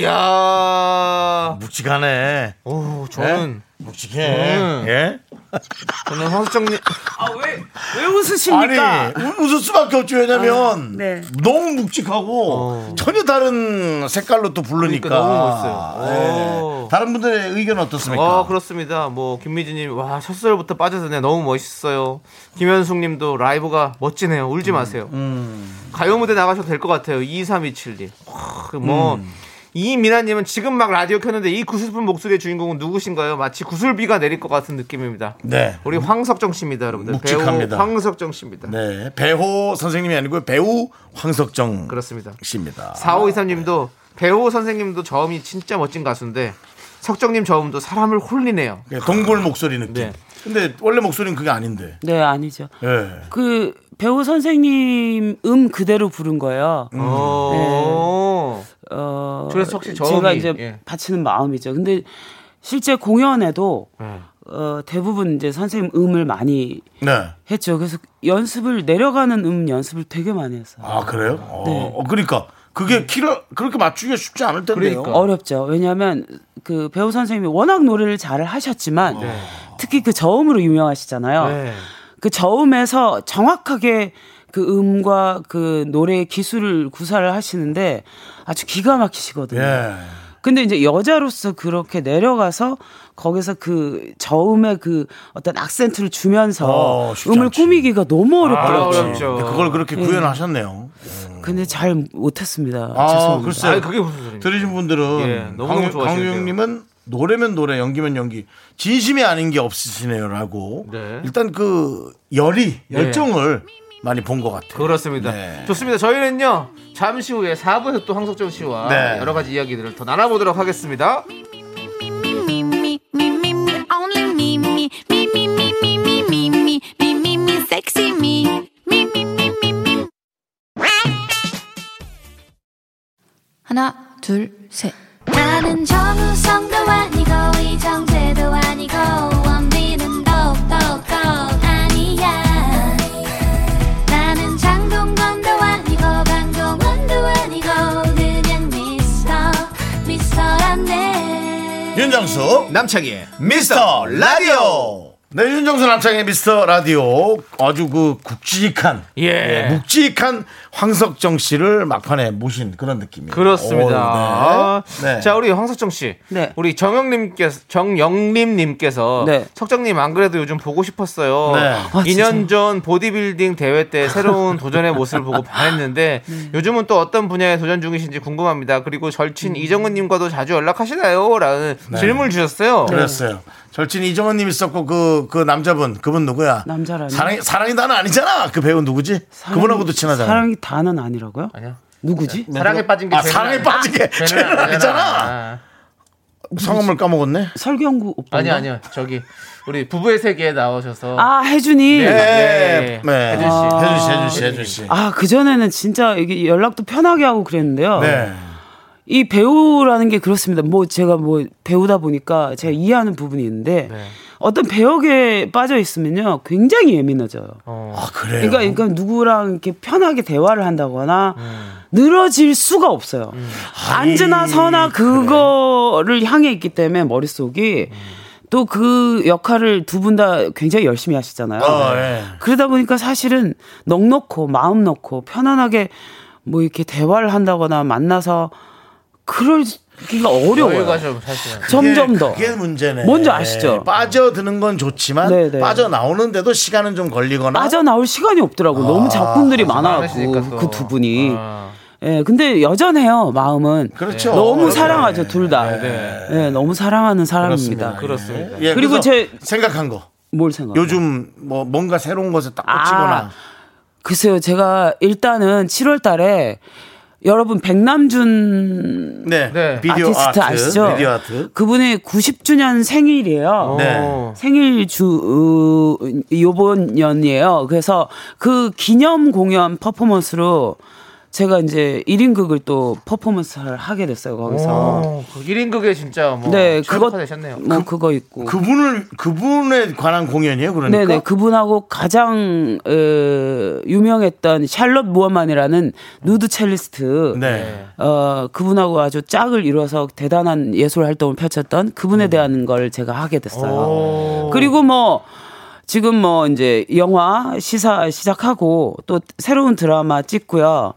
B: 야.
A: 묵직하네.
B: 아, 오, 저는
A: 묵직해.
B: 음.
A: 예?
B: 저는 황수정님
E: 아왜왜 웃으십니까?
A: 아니 우- 웃을 수밖에 없죠 왜냐면
E: 네.
A: 너무 묵직하고 전혀 다른 색깔로 또 부르니까
B: 어. 그러니까 너무 멋있어요.
A: 예.
B: 오.
A: 다른 분들의 의견 어떻습니까?
B: 어 그렇습니다. 뭐 김미진님 와 첫설부터 빠져드네 너무 멋있어요. 김현숙님도 라이브가 멋지네요.
A: 음,
B: 울지 마세요. 가요 무대 나가셔도 될 것 같아요. 2327님. 와, 뭐
A: 음.
B: 이미나님은 지금 막 라디오 켰는데 이 구슬픈 목소리의 주인공은 누구신가요? 마치 구슬비가 내릴 것 같은 느낌입니다.
A: 네.
B: 우리 황석정 씨입니다, 여러분들.
A: 묵직합니다.
B: 배우 황석정 씨입니다.
A: 네 배호 선생님이 아니고 배우 황석정
B: 그렇습니다.
A: 씨입니다.
B: 4523님도 배우 선생님도 저음이 진짜 멋진 가수인데 석정님 저음도 사람을 홀리네요.
A: 예, 동굴 목소리 느낌.
B: 네.
A: 근데 원래 목소리는 그게 아닌데.
E: 네 아니죠.
A: 예.
E: 그 배우 선생님 음 그대로 부른 거예요.
A: 음.
B: 오.
E: 어,
B: 그래서 혹시 저음이-
E: 제가 이제
B: 예.
E: 바치는 마음이죠. 근데 실제 공연에도
B: 네.
E: 어, 대부분 이제 선생님 음을 많이
A: 네.
E: 했죠. 그래서 연습을 내려가는 음 연습을 되게 많이 했어요.
A: 아 그래요? 어,
E: 네.
A: 어, 그러니까 그게 키를 그렇게 맞추기가 쉽지 않을 텐데요.
B: 그러니까.
E: 어렵죠. 왜냐하면 그 배우 선생님이 워낙 노래를 잘 하셨지만
A: 네.
E: 특히 그 저음으로 유명하시잖아요.
B: 네.
E: 그 저음에서 정확하게 그 음과 그 노래의 기술을 구사를 하시는데 아주 기가 막히시거든요.
A: 예.
E: 근데 이제 여자로서 그렇게 내려가서 거기서 그 저음의 그 어떤 악센트를 주면서
A: 어, 쉽지
E: 음을
A: 않지.
E: 꾸미기가 너무
B: 아,
E: 어렵더라고요.
B: 어렵죠.
A: 근데 그걸 그렇게
B: 음.
A: 구현하셨네요. 예.
E: 근데 잘 못했습니다.
A: 아,
E: 죄송합니다.
A: 글쎄.
B: 아니 그게 무슨 소리예요?
A: 들으신 분들은
B: 예, 너무너무
A: 강유-
B: 좋아하시는데요.
A: 강유영님은 노래면 노래, 연기면 연기, 진심이 아닌 게 없으시네요라고.
B: 네. 예.
A: 일단 그 열이 열정을 많이 본 것 같아요.
B: 그렇습니다.
A: 네.
B: 좋습니다. 저희는요 잠시 후에 4부에서 또 황석정 씨와
A: 네.
B: 여러 가지 이야기들을 더 나눠보도록 하겠습니다.
C: me, me, me, me, me, only me, me, me, me, me, me, me, me, me, me, me, me, sexy me, me, me, me, me, me.
F: 하나, 둘, 셋.
C: 나는 정우성도 아니고 이정재도 아니고 원빈은 더욱더 아니야 나는 장동건도 아니고 강동원도 아니고 그냥 미스터 미스터란데
A: 윤정수
B: 남창희의
A: 미스터 라디오. 네, 윤정수 남창의 미스터 라디오 아주 그 굵직한
B: 예.
A: 묵직한 황석정 씨를 막판에 모신 그런 느낌이에요.
B: 그렇습니다.
A: 오, 네. 네.
B: 자 우리 황석정 씨,
E: 네.
B: 우리 정영님께서 정영림님께서
E: 네.
B: 석정님 안 그래도 요즘 보고 싶었어요.
A: 네.
E: 아,
B: 2년 전 보디빌딩 대회 때 새로운 도전의 모습을 보고 반했는데
E: 네.
B: 요즘은 또 어떤 분야에 도전 중이신지 궁금합니다. 그리고
E: 음.
B: 절친 이정은님과도 자주 연락하시나요?라는
A: 네.
B: 질문을 주셨어요.
E: 네.
B: 네.
A: 그랬어요. 절친 이정원님 있었고 그 그 남자분 그분 누구야?
E: 남자라니?
A: 사랑이 사랑이 나는 아니잖아. 그 배우 누구지? 그분하고도 친하잖아.
E: 사랑이 다는 아니라고요?
B: 아니야.
E: 누구지? 네.
B: 사랑에 빠진 게
A: 아
B: 죄는
A: 사랑에
B: 아니-
A: 빠진 게
B: 죄는
A: 죄는 아니잖아.
B: 아.
A: 성함을 까먹었네.
E: 설경구 오빠.
B: 아니 아니요 저기 우리 부부의 세계에 나오셔서
E: 아 혜준이.
A: 예.
B: 네.
A: 네.
B: 혜준 씨.
A: 해준 씨, 해준 씨, 해준 씨.
E: 아그 전에는 진짜 이게 연락도 편하게 하고 그랬는데요.
A: 네.
E: 이 배우라는 게 그렇습니다. 뭐 제가 뭐 배우다 보니까 제가 이해하는 부분이 있는데 어떤 배역에 빠져 있으면요 굉장히 예민해져요.
A: 아 그래요.
E: 그러니까 그러니까 누구랑 이렇게 편하게 대화를 한다거나
B: 음.
E: 늘어질 수가 없어요. 앉으나 서나 그거를 향해 있기 때문에 머릿속이
B: 음.
E: 또 그 역할을 두 분 다 굉장히 열심히 하시잖아요.
A: 어, 예.
E: 그러다 보니까 사실은 넉넉고 마음 놓고 편안하게 뭐 이렇게 대화를 한다거나 만나서 그럴 기가
B: 여유가
E: 어려워요.
B: 좀 사실은
E: 점점 더.
A: 그게 문제네.
E: 뭔지 아시죠?
A: 빠져드는 건 좋지만
E: 네, 네.
A: 빠져나오는데도 시간은 좀 걸리거나
E: 빠져나올 시간이 없더라고. 너무 작품들이
B: 많으시니까 아, 또.
E: 많아갖고 그 두 분이.
B: 아.
A: 네.
E: 예, 근데 여전해요 마음은.
A: 그렇죠.
E: 너무
A: 네.
E: 사랑하죠 둘 다.
B: 네.
E: 예, 너무 사랑하는 사람입니다.
B: 그렇습니다.
A: 예,
E: 그리고
A: 그래서
E: 제-
A: 생각한 거.
E: 뭘 생각?
A: 요즘 뭐 뭔가 새로운 것에 딱
E: 아,
A: 꽂히거나
E: 글쎄요, 제가 일단은 7월달에 여러분 백남준
A: 네.
B: 네.
A: 비디오 아트,
E: 아티스트 아시죠?
A: 비디오 아트.
E: 그분의 90주년 생일이에요.
A: 네.
B: 오.
E: 생일 주 어, 요번 년이에요. 그래서 그 기념 공연 퍼포먼스로 제가 이제 1인극을 또 퍼포먼스를 하게 됐어요, 거기서.
B: 오, 그 1인극에 진짜 뭐
E: 네,
B: 최고가
E: 그거
B: 되셨네요. 아,
E: 뭐 그거 있고.
A: 그분을 그분에 관한 공연이에요. 그러니까
E: 네네 그분하고 가장 에, 유명했던 샬롯 무어만이라는 누드 첼리스트
A: 네.
E: 어 그분하고 아주 짝을 이뤄서 대단한 예술 활동을 펼쳤던 그분에 대한 걸 제가 하게 됐어요. 그리고 뭐 지금 뭐 이제 영화 시사 시작하고 또 새로운 드라마 찍고요.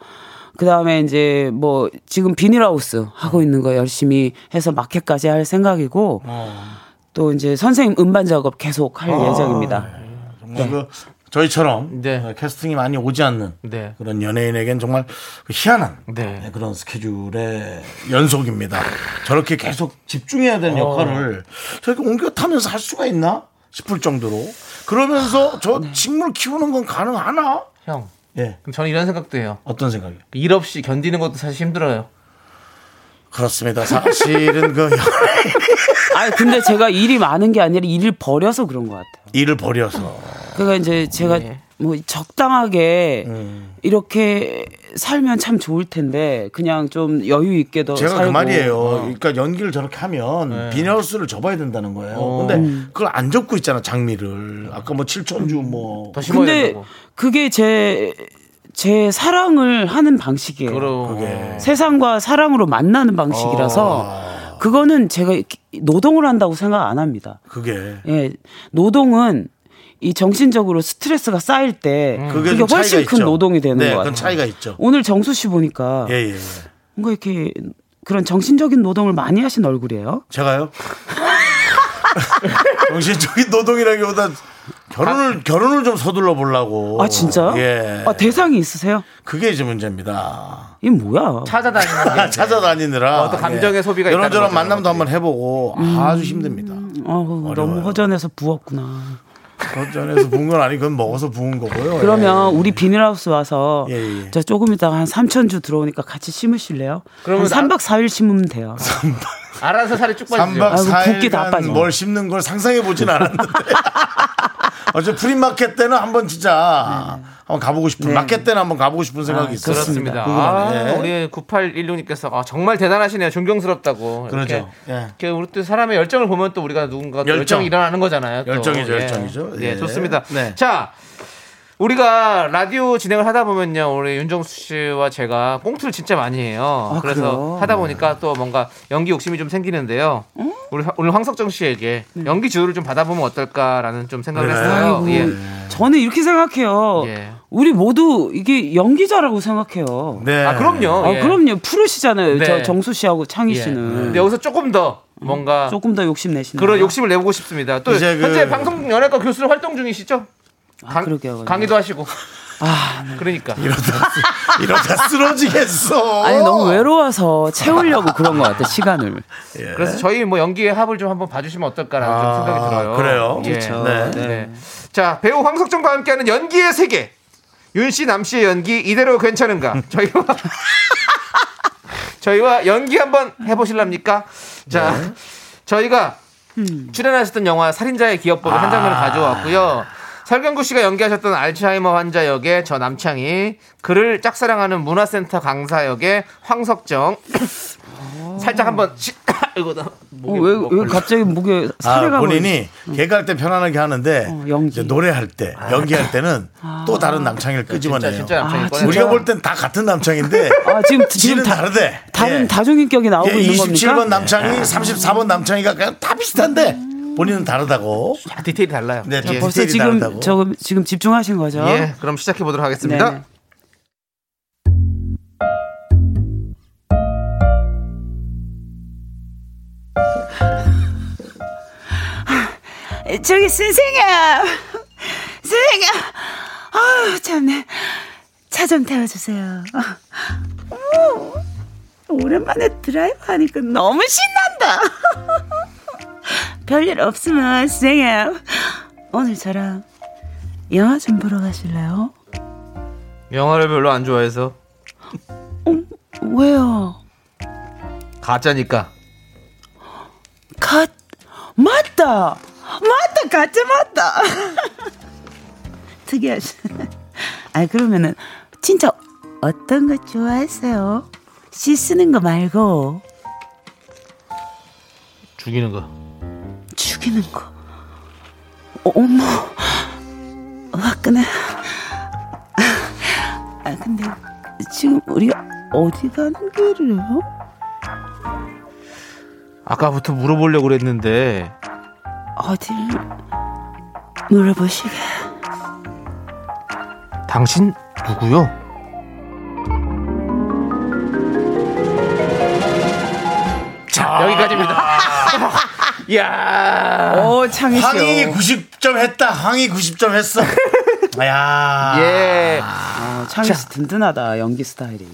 E: 그 다음에 이제 뭐 지금 비닐하우스 하고 있는 거 열심히 해서 마켓까지 할 생각이고
A: 어,
E: 또 이제 선생님 음반 작업 계속 할
A: 아.
E: 예정입니다.
A: 정말 그 저희처럼
B: 네.
A: 어, 캐스팅이 많이 오지 않는
B: 네.
A: 그런 연예인에겐 정말 그 희한한
B: 네.
A: 네, 그런 스케줄의 연속입니다. 저렇게 계속 집중해야 되는 역할을 저렇게 옮겨 타면서 할 수가 있나 싶을 정도로 그러면서 저 식물 키우는 건 가능하나?
B: 형,
A: 예.
B: 그럼 저는 이런 생각도 해요.
A: 어떤 생각이요?
B: 일 없이 견디는 것도 사실 힘들어요.
A: 그렇습니다. 사실은 그
E: 아 근데 제가 일이 많은 게 아니라 일을 버려서 그런 것 같아요.
A: 일을 버려서
E: 그러니까 이제 제가
B: 네.
E: 뭐 적당하게
A: 음.
E: 이렇게 살면 참 좋을 텐데 그냥 좀 여유 있게 더
A: 제가
E: 어, 살고.
A: 그 말이에요. 그러니까 연기를 저렇게 하면 비닐하우스를 접어야 된다는 거예요. 근데 그걸 안 접고 있잖아 장미를. 아까 뭐 칠천주 뭐
B: 더 심어야
E: 근데
B: 되고.
E: 그게 제, 제 사랑을 하는 방식이에요.
B: 그럼
E: 세상과 사랑으로 만나는
A: 아.
E: 방식이라서 그거는 제가 이렇게 노동을 한다고 생각 안 합니다.
A: 그게
E: 예, 노동은 이 정신적으로 스트레스가 쌓일 때
A: 음. 그게
E: 그게,
A: 좀 차이가
E: 훨씬 큰
A: 있죠.
E: 노동이 되는
A: 네,
E: 것
A: 그건
E: 같아요.
A: 차이가 있죠.
E: 오늘 정수 씨 보니까
A: 예 예. 예.
E: 뭔가 이렇게 그런 정신적인 노동을 많이 하신 얼굴이에요.
A: 제가요? 정신적인 노동이라기보다
B: 아.
A: 결혼을 결혼을 좀 서둘러 보려고.
E: 아 진짜요?
A: 어, 예.
B: 어,
E: 아 대상이 있으세요?
A: 그게 이제 문제입니다.
E: 이 뭐야?
B: 찾아다니는 게
A: 찾아다니느라 예.
B: 어, 또 감정의 소비가 있다는
A: 이런저런
B: 거죠, 예.
A: 만남도
B: 그것들이.
A: 한번 해보고 아주 힘듭니다.
E: 어우, 너무
A: 어려워요.
E: 허전해서 부었구나.
A: 그 전에서 부은 건 아니 그건 먹어서 부은 거고요.
E: 그러면 우리 비닐하우스 와서
A: 예, 예.
E: 저 조금 있다가 한 3천 주 들어오니까 같이 심으실래요?
B: 그러면
E: 한
A: 아-
E: 3박 4일 심으면 돼요.
B: 알아서 살이 쭉 빠지죠.
A: 3박
E: 아이고, 붓기 다
A: 4일간
E: 빠져.
A: 뭘 씹는 걸 상상해 보진 않았는데. 어제 프리마켓 때는 한번 진짜 한번 가보고 싶은 마켓 때는 한번 가보고 싶은 생각이 있어요.
B: 네. 아, 그렇습니다.
A: 궁금하네.
B: 아, 우리 9816님께서 아, 정말 대단하시네요. 존경스럽다고. 이렇게.
A: 그러죠. 예.
B: 이렇게 우리 또 사람의 열정을 보면 또 우리가 누군가 또
A: 열정.
B: 열정. 이 일어나는 거잖아요. 또.
A: 열정이죠, 열정이죠.
B: 예,
A: 예.
B: 좋습니다.
A: 네.
B: 자, 우리가 라디오 진행을 하다 보면요, 우리 윤정수 씨와 제가 꽁트를 진짜 많이 해요.
E: 아,
B: 그래서
E: 그래요?
B: 하다 보니까 또 뭔가 연기 욕심이 좀 생기는데요. 우리 화- 오늘 황석정 씨에게 연기 지도를 좀 받아보면 어떨까라는 좀 생각을 했어요.
E: 아이고,
B: 예.
E: 저는 이렇게 생각해요.
B: 예.
E: 우리 모두 이게 연기자라고 생각해요.
A: 네.
B: 아, 그럼요.
E: 아,
B: 예.
E: 그럼요. 프로시잖아요.
B: 네.
E: 저 정수 씨하고 창희
B: 예.
E: 씨는
B: 근데 여기서 조금 더 뭔가
E: 조금 더 욕심 내시는
B: 그런
E: 거예요?
B: 욕심을 내보고 싶습니다. 또
A: 네. 이제 그-
B: 현재 방송 연예과 교수로 활동 중이시죠?
E: 아,
B: 강-
E: 그러게요. 아, 네.
B: 강의도 하시고. 그러니까.
A: 이러다, 이러다 쓰러지겠어.
E: 아니 너무 외로워서 채우려고 그런 것 같아 시간을. 어,
B: 그래서 저희 뭐 연기의 합을 좀 한번 봐주시면 어떨까라는 좀
A: 아,
B: 생각이 들어요.
A: 그래요?
B: 예.
A: 그렇죠. 네.
B: 네. 자 배우 황석정과 함께하는 연기의 세계. 윤 씨, 남 씨의 연기 이대로 괜찮은가? 저희와 저희와 연기 한번 해보실랍니까? 자
A: 네.
B: 저희가
E: 음.
B: 출연하셨던 영화 살인자의 기억법을 한
A: 아.
B: 장면을 가져왔고요. 설경구 씨가 연기하셨던 알츠하이머 환자 역의 저 남창희, 그를 짝사랑하는 문화센터 강사 역의 황석정. 살짝 한번 시, 아이고 나 목이
E: 어, 왜 왜
B: 목 걸려.
E: 갑자기 목에 사례가
A: 뭐 아,
E: 뭐
A: 본인이 개그할 때 편안하게 하는데
E: 어, 연기.
A: 이제 노래할 때 연기할 때는 또 다른 남창이를
B: 진짜
A: 끄집어내요.
B: 진짜 남창희
E: 아,
B: 꺼내.
E: 진짜.
A: 우리가 볼 땐 다 같은 남창인데
E: 아 지금
A: 질은
E: 지금 다,
A: 다르대.
E: 다른
A: 예.
E: 다중인격이 나오고
A: 예,
E: 있는
A: 27번
E: 겁니까? 어, 아.
A: 남창이, 34번 남창이가 그냥 다 비슷한데
E: 음.
A: 본인은 다르다고.
B: 아, 디테일이 달라요.
A: 네,
B: 예.
E: 벌써
A: 디테일이
E: 지금
A: 다르다고.
E: 저 지금 집중하신 거죠?
B: 예, 그럼 시작해 보도록 하겠습니다.
E: 네네. 저기 선생님, 선생님, 아유 참네, 차 좀 태워주세요. 어, 오랜만에 드라이브 하니까 너무 신난다. 별일 없으면 선생님 오늘 저랑 영화 좀 보러 가실래요?
B: 영화를 별로 안 좋아해서
E: 왜요?
B: 가짜니까.
E: 갓 맞다 맞다 가짜 맞다 특이하시 아니 그러면은 진짜 어떤 거 좋아하세요? 씨 쓰는 거 말고
B: 죽이는 거.
E: 죽이는 거. 어, 어머, 화끈해. 아, 근데 지금 우리 어디 가는 길이에요?
B: 아까부터 물어보려고 그랬는데
E: 어딜 물어보시게.
B: 당신 누구요? 자
A: 아.
B: 여기까지입니다. 야.
E: 어, 창희 씨.
A: 항의 90점 했다. 항의 90점 했어. 야.
B: 예.
E: 어, 창희 씨 든든하다, 연기 스타일이.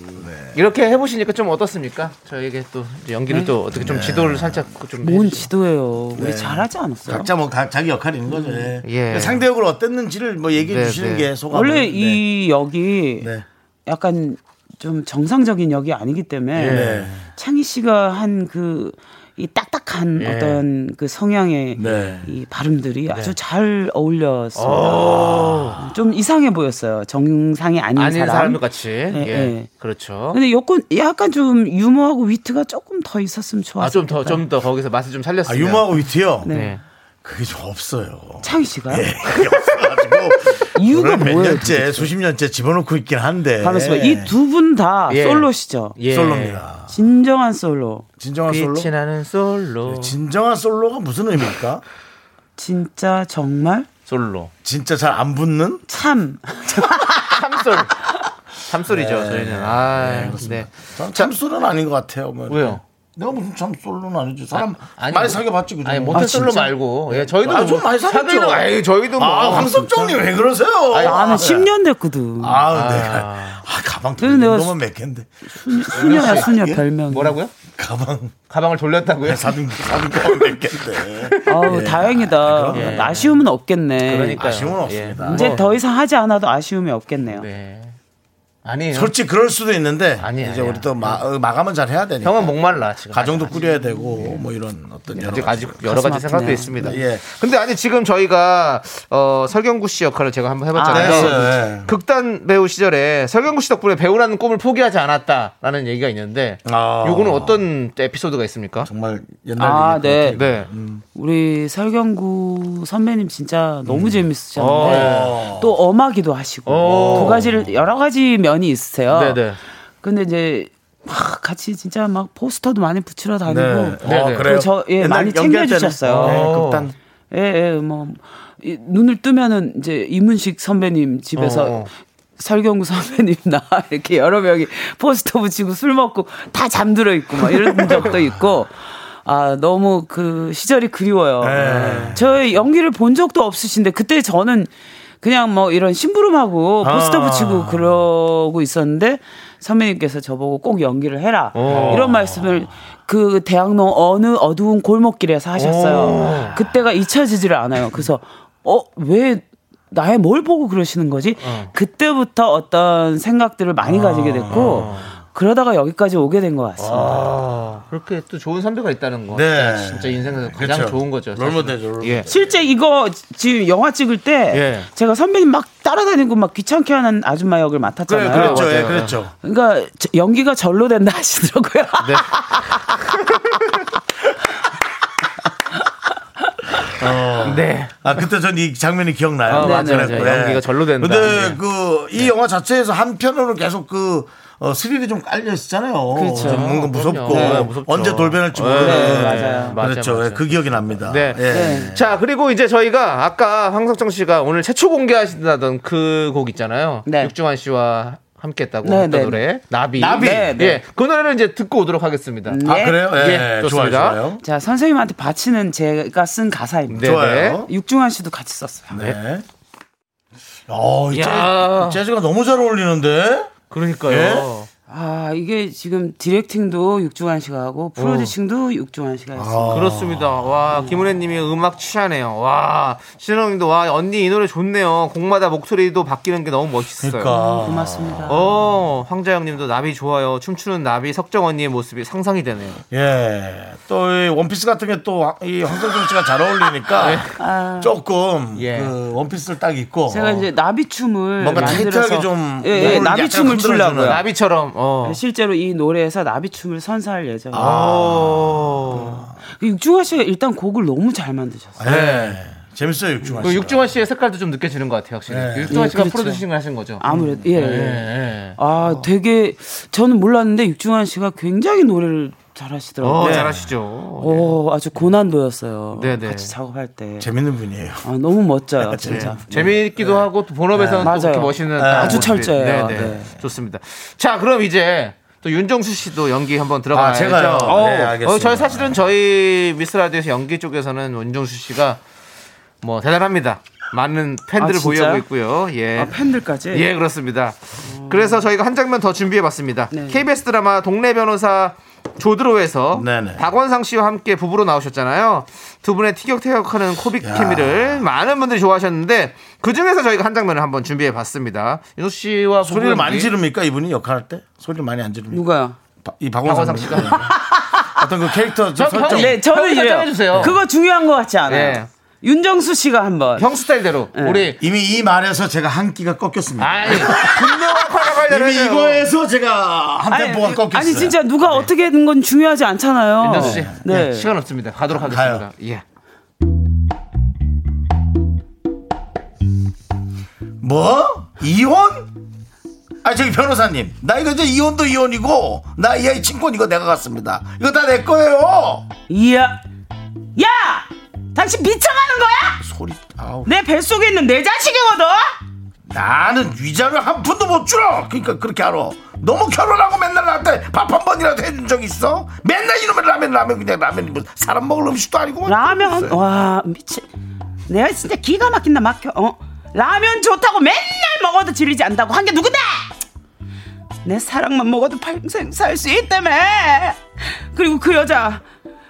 B: 이렇게 해보시니까 좀 어떻습니까? 저에게 또 이제
A: 네.
B: 연기를 또 어떻게 좀 지도를 살짝 좀.
E: 뭔
B: 해주시죠.
E: 지도예요. 우리 잘하지 않았어요?
A: 각자 뭐 가- 자기 역할이 있는 거죠. 예.
B: 예.
A: 상대역을 어땠는지를 뭐 얘기해
B: 네,
A: 주시는
B: 네.
A: 게 소감.
E: 원래 이 역이
A: 네.
E: 약간 좀 정상적인 역이 아니기 때문에 창희 씨가 한 그 이 딱딱한 어떤 그 성향의
A: 네.
E: 이 발음들이 아주 잘 어울렸습니다. 좀 이상해 보였어요. 정상이 아닌,
B: 아닌
E: 사람.
B: 사람 같이.
E: 네,
B: 예.
E: 네.
B: 그렇죠.
E: 근데 여건 약간 좀 유머하고 위트가 조금 더 있었으면
B: 아,
E: 좋았을
B: 좀 더, 좀 더 거기서 맛을 좀
A: 아,
B: 살렸어요.
A: 유머하고 위트요.
E: 네.
B: 네.
A: 그게 좀 없어요. 예,
E: 창희 씨가요?
A: 그게 없어가지고
E: 이유가
A: 저를 몇
E: 뭐예요?
A: 년째 수십 년째 집어넣고 있긴 한데.
E: 가만있어 봐. 이 두 분 다
B: 예.
E: 솔로시죠.
B: 예.
A: 솔로입니다.
E: 진정한 아, 솔로.
A: 진정한 솔로.
B: 빛이 나는 솔로.
A: 네, 진정한 솔로가 무슨 의미일까?
E: 진짜 정말
B: 솔로.
A: 진짜 잘 안 붙는?
E: 참
B: 참솔. 참솔이죠,
A: 네.
B: 저희는. 아, 네.
A: 참, 참 솔로는 아닌 것 같아요. 뭐.
B: 왜요?
A: 내가 무슨 참 솔로는 아니지. 사람
B: 아니,
A: 많이
B: 뭐-
A: 사귀어봤지 그죠?
B: 아니, 모태 솔로 말고. 예, 저희도.
A: 아, 좀 많이 사귀었죠.
B: 사귀는 거- 아이, 저희도 뭐.
A: 아, 황석정님 왜 그러세요? 아, 네.
E: 나는 10년 됐거든.
A: 아우 내가 아 가방
E: 그래서 내가
A: 너무 몇 갠데
E: 수녀야 수녀 별명.
B: 뭐라고요?
A: 가방
B: 가방을 돌렸다고요?
A: 사둔 사둔 가방 몇 갠데
E: 아우 다행이다. 예, 아쉬움은 없겠네.
B: 그러니까요.
A: 아쉬움은 없습니다.
E: 이제
B: 뭐,
E: 더 이상 하지 않아도 아쉬움이 없겠네요.
B: 네. 아니에요.
A: 솔직히 그럴 수도 있는데
B: 아니,
A: 이제
B: 아니야.
A: 우리 또 마, 어, 마감은 잘 해야 되니까
B: 형은 목말라, 지금.
A: 가정도 꾸려야 되고 뭐 이런 어떤 여러
B: 아직
A: 가지
B: 아직 여러 가지
E: 가슴
B: 생각도
E: 아프네요.
B: 있습니다.
A: 예.
B: 근데 아니 지금 저희가 어 설경구 씨 역할을 제가 한번 해봤잖아요.
A: 아, 네. 네.
B: 극단 배우 시절에 설경구 씨 덕분에 배우라는 꿈을 포기하지 않았다라는 얘기가 있는데
A: 아.
B: 요거는 어떤 에피소드가 있습니까?
A: 정말 음. 옛날
E: 아,
A: 얘기
E: 네.
B: 네.
E: 우리 설경구 선배님 진짜 너무 재밌으셨는데
A: 어.
E: 또 엄하기도 하시고
B: 어.
E: 두 가지를 여러 가지 면이 있으세요.
B: 네네.
E: 근데 이제 막 같이 진짜 막 포스터도 많이 붙이러 다니고
A: 네. 어,
B: 네.
A: 그래요.
E: 그저 예,
A: 옛날
E: 많이
A: 연기할
E: 챙겨주셨어요.
A: 때는.
B: 어.
A: 네, 극단.
E: 예, 예, 뭐 이, 눈을 뜨면은 이제 이문식 선배님 집에서
B: 어, 어.
E: 설경구 선배님 나 이렇게 여러 명이 포스터 붙이고 술 먹고 다 잠들어 있고 막 이런 적도 있고 아 너무 그 시절이
B: 네.
E: 그리워요. 네. 저의 연기를 본 적도 없으신데 그때 저는 그냥 뭐 이런 심부름하고
B: 아.
E: 포스터 붙이고 그러고 있었는데 선배님께서 저보고 꼭 연기를 해라
B: 어.
E: 이런 말씀을 그 대학로 어느 어두운 골목길에서 하셨어요. 그때가 잊혀지지를 않아요. 그래서 어왜 나의 뭘 보고 그러시는 거지?
A: 어.
E: 그때부터 어떤 생각들을
A: 아.
E: 많이 가지게 됐고 그러다가 여기까지 오게 된 것 같습니다.
B: 아 그렇게 또 좋은 선배가 있다는 거.
A: 네.
B: 진짜 인생에서 가장
A: 그렇죠.
B: 좋은 거죠. 사실.
A: 롤모델죠, 롤모델.
B: 예.
E: 실제 이거 지금 영화 찍을 때
B: 예.
E: 제가 선배님 막 따라다니고 막 귀찮게 하는 아줌마
A: 그래,
E: 역을 맡았잖아요.
A: 그랬죠,
B: 맞아요.
A: 예, 그랬죠.
E: 러니까 연기가 절로 된다 하시더라고요.
B: 네.
A: 아 그때 전 이 장면이 기억나요.
B: 아, 맞아요,
A: 그랬고,
B: 맞아요.
A: 예.
B: 연기가 절로 된다.
A: 근데
B: 예.
A: 그 이 영화 자체에서 한편으로 계속 그 어, 스릴이 좀 깔려 있잖아요. 그렇죠. 뭔가 무섭고
B: 그럼요. 네, 무섭죠.
A: 언제 돌변할지
B: 예,
A: 모르는. 네.
E: 맞아요.
A: 그렇죠.
B: 맞아요,
A: 예,
B: 맞아요.
A: 그 기억이 납니다.
B: 네.
A: 예.
B: 자 그리고 이제 저희가 아까 황석정 씨가 오늘 최초 공개하신다던 그 곡 있잖아요.
E: 네.
B: 육중환 씨와 함께했다고
E: 네,
B: 했던
E: 네.
B: 노래 나비. 네.
A: 나비.
E: 네, 네.
B: 예, 그 노래를 이제 듣고 오도록 하겠습니다.
A: 아
E: 예.
A: 그래요? 예,
B: 예,
A: 좋아요,
B: 좋습니다.
A: 좋아요.
E: 자 선생님한테 바치는 제가 쓴 가사입니다.
B: 네,
A: 좋아요.
E: 육중환 씨도 같이 썼어요.
A: 네. 어, 이
B: 야.
A: 재즈, 재즈가 너무 잘 어울리는데.
B: 그러니까요.
E: 아 이게 지금 디렉팅도 육중환 씨가 하고 프로듀싱도
A: 어.
E: 육중환
A: 아.
E: 씨가
B: 아.
E: 했어요.
B: 그렇습니다. 와, 김은혜님이 음악 취하네요. 와, 신영님도 와, 언니 이 노래 좋네요. 곡마다 목소리도 바뀌는 게 너무 멋있어요.
A: 그러니까. 아.
E: 고맙습니다.
B: 어, 황자영님도 나비 좋아요. 춤추는 나비 석정 언니의 모습이 상상이 되네요.
A: 예. 또, 이 원피스 같은 게 또 이 황성정 씨가 잘 어울리니까
E: 예.
A: 조금
B: 예.
A: 그 원피스를 딱 입고
E: 제가 이제 나비춤을
A: 뭔가
E: 만들어서
A: 타이트하게 좀
E: 예, 예,
A: 몸을
E: 나비춤을
A: 약간
E: 추려고요.
A: 흔들어주는.
B: 그 나비처럼, 어.
E: 실제로 이 노래에서 나비춤을 선사할 예정이에요.
A: 아.
B: 어.
E: 육중환 씨가 일단 곡을 너무 잘 만드셨어요.
A: 예. 재밌어요, 육중환
B: 그
A: 씨.
B: 육중환 씨의 색깔도 좀 느껴지는 것 같아요, 확실히.
A: 예.
B: 육중환
E: 예,
B: 씨가
E: 그렇죠.
B: 프로듀싱을 하신 거죠.
E: 아무래도 예.
B: 예,
A: 네.
E: 예.
B: 예.
E: 아, 되게 저는 몰랐는데 육중환 씨가 굉장히 노래를
B: 어,
A: 네.
E: 잘하시더라고요.
B: 잘하시죠.
E: 오, 아주 고난도였어요.
B: 네, 네.
E: 같이 작업할 때.
A: 재밌는 분이에요. 예.
E: 아, 너무 멋져요, 진짜.
B: 네. 재미있기도 하고 또 본업에서는
E: 네.
B: 또 그렇게
E: 맞아요.
B: 멋있는
A: 네.
B: 다른
E: 아주
B: 모습이.
E: 철저해요.
B: 네, 네.
E: 네.
B: 좋습니다. 자, 그럼 이제 또 윤정수 씨도 연기 한번
A: 아,
B: 들어가야죠.
A: 제가요?
B: 어,
A: 네, 알겠습니다.
B: 어, 저희 사실은 저희 미스 라디오에서 연기 쪽에서는 윤정수 씨가 뭐 대단합니다. 많은 팬들을
E: 아, 진짜요?
B: 보유하고 있고요. 예.
A: 네.
E: 아, 팬들까지.
B: 예, 그렇습니다. 그래서 저희가 한 장면 더 준비해봤습니다.
E: 네.
B: KBS 드라마 동네 변호사 조드로에서
A: 네네.
B: 박원상 씨와 함께 부부로 나오셨잖아요. 두 분의 티격태격하는 코빅 케미를 많은 분들이 좋아하셨는데 그 중에서 저희가 한 장면을 한번 준비해봤습니다. 윤호 씨와
A: 소리를
B: 부부의
A: 많이
B: 분이-
A: 지릅니까? 이분이 역할할 때? 소리를 많이 안 지릅니까?
E: 누가요?
A: 바- 이 박원상
B: 박원상
A: 씨.
B: 씨가.
A: 어떤 그 캐릭터 좀 네.
B: 저-
A: 설정.
B: 형-
E: 네,
B: 형이
E: 저는 이래요.
B: 설정해주세요.
E: 그거 중요한 것 같지 않아요.
B: 예.
E: 윤정수 씨가 한번.
B: 형 스타일대로
E: 네.
B: 우리
A: 이미 이 말에서 제가 한 끼가 꺾였습니다.
B: 아이 분명한 화가
A: 이미
B: 려
A: 이거에서 제가 한
E: 아니,
A: 템포가 꺾였어요. 네.
E: 아니, 진짜 누가 어떻게 하는 건 중요하지 않잖아요.
B: 윤정수 씨
E: 네.
B: 예, 시간 없습니다. 가도록
A: 가요.
B: 하겠습니다. 예.
A: 뭐? 이혼? 아 저기 변호사님 나 이거 이제 이혼도 이혼이고 나 이 아이 친권 이거 내가 갔습니다 이거 다 내 거예요
E: 이야. 야! 당신 미쳐가는 거야?
A: 소리 아우
E: 내 뱃속에 있는 내 자식이거든?
A: 나는 위자료 한 푼도 못 줄어 그러니까 그렇게 알아 너무 결혼하고 맨날 나한테 밥 한 번이라도 해준 적 있어 맨날 이놈의 라면 라면 그냥 라면이 뭐 사람 먹을 음식도 아니고
E: 라면, 한- 와, 미치. 내가 진짜 기가 막힌다, 막혀. 어? 라면 좋다고 맨날 먹어도 질리지 않다고 한 게 누구데? 내 사랑만 먹어도 평생 살 수 있다며. 그리고 그 여자,